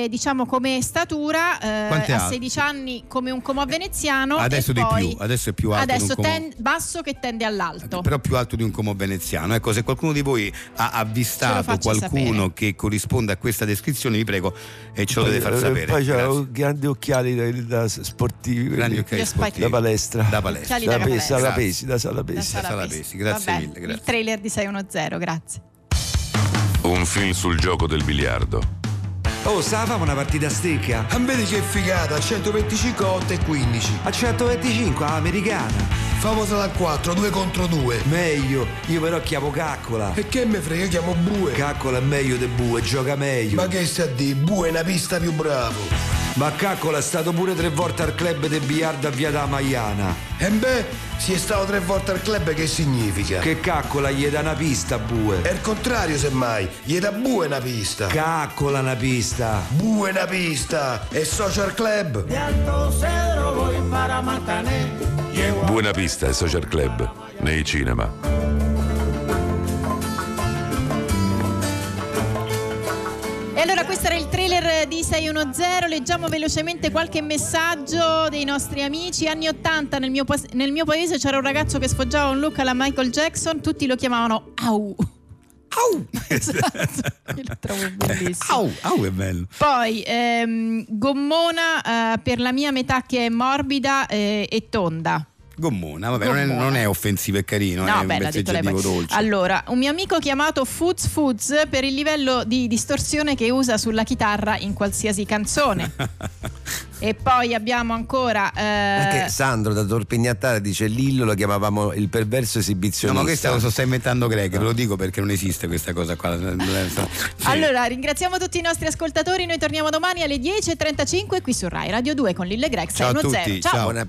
S3: eh, diciamo come statura eh,
S4: Quant'è
S3: a
S4: alto?
S3: 16 anni come un comò veneziano.
S4: Adesso
S3: e
S4: di
S3: poi-
S4: più, adesso è più alto di
S3: Adesso
S4: un comò.
S3: ten- basso che tende all'alto.
S4: Però più alto di un comò veneziano. Ecco, se qualcuno di voi ha avvistato
S3: faccia
S4: qualcuno
S3: sapere.
S4: che corrisponde a questa descrizione, vi prego, e ce lo
S11: Poi-
S4: deve far
S11: eh,
S4: sapere.
S11: Poi c'erano
S4: Grazie.
S11: grandi occhiali da, da sportivi.
S4: Grandi
S11: quelli-
S4: occhiali
S3: Gli spike.
S4: sportivi.
S11: Da palestra.
S4: Da palestra.
S3: Occhiali
S11: Da,
S3: da
S11: pe-
S3: palestra.
S11: sala pesi, da sala pesi.
S4: Sala Pesi, grazie mille, grazie.
S3: Il trailer di 610, grazie.
S12: Un film sul gioco del biliardo.
S13: Oh, stavamo una partita a stecca.
S2: Vedi che figata, 125 8 e 15.
S13: A 125, americana.
S2: Famosa da 4, 2 contro 2.
S13: Meglio, io però chiamo Caccola.
S2: E che me frega, io chiamo Bue.
S13: Caccola è meglio di Bue, gioca meglio.
S2: Ma
S13: Ma,
S2: che sta di, Bue è una pista più bravo.
S13: Caccola è stato pure tre volte al club del biliardo a Via da Maiana.
S2: E beh, si è stato tre volte al club, che significa?
S13: Che Caccola gli dà una pista a
S2: È
S13: Bue.
S2: il contrario semmai, gli da Bue una pista.
S13: Caccola una pista.
S2: Bue una pista, è social club.
S12: Buona pista e Social Club nei cinema.
S3: E allora questo era il trailer di 610, leggiamo velocemente qualche messaggio dei nostri amici. Anni 80 nel mio, pas- nel mio paese c'era un ragazzo che sfoggiava un look alla Michael Jackson, tutti lo chiamavano Au. Au! esatto, lo trovo bellissimo.
S4: Eh, Au, au, è bello.
S3: Poi ehm, gommona eh, per la mia metà che è morbida eh, e tonda.
S4: Gommona, vabbè, non è-
S3: Gommona.
S4: Non, è, offensivo e carino, eh, è
S3: No,
S4: un
S3: bella, ha detto lei
S4: vezzeggiativo
S3: poi.
S4: dolce.
S3: Allora, un mio amico chiamato Foods Foods per il livello di distorsione che usa sulla chitarra in qualsiasi canzone. e poi abbiamo ancora... eh,
S5: Anche Sandro da Torpignattara dice Lillo lo chiamavamo il perverso
S4: No,
S5: esibizionista.
S4: ma questa lo sto sta inventando Greg, ve lo dico perché non esiste questa cosa qua. Sì.
S3: Allora, ringraziamo tutti i nostri ascoltatori. Noi torniamo domani alle 10.35 qui su Rai Radio 2 con Lille Grex
S4: Ciao a
S3: 1-0.
S4: tutti, ciao. Buona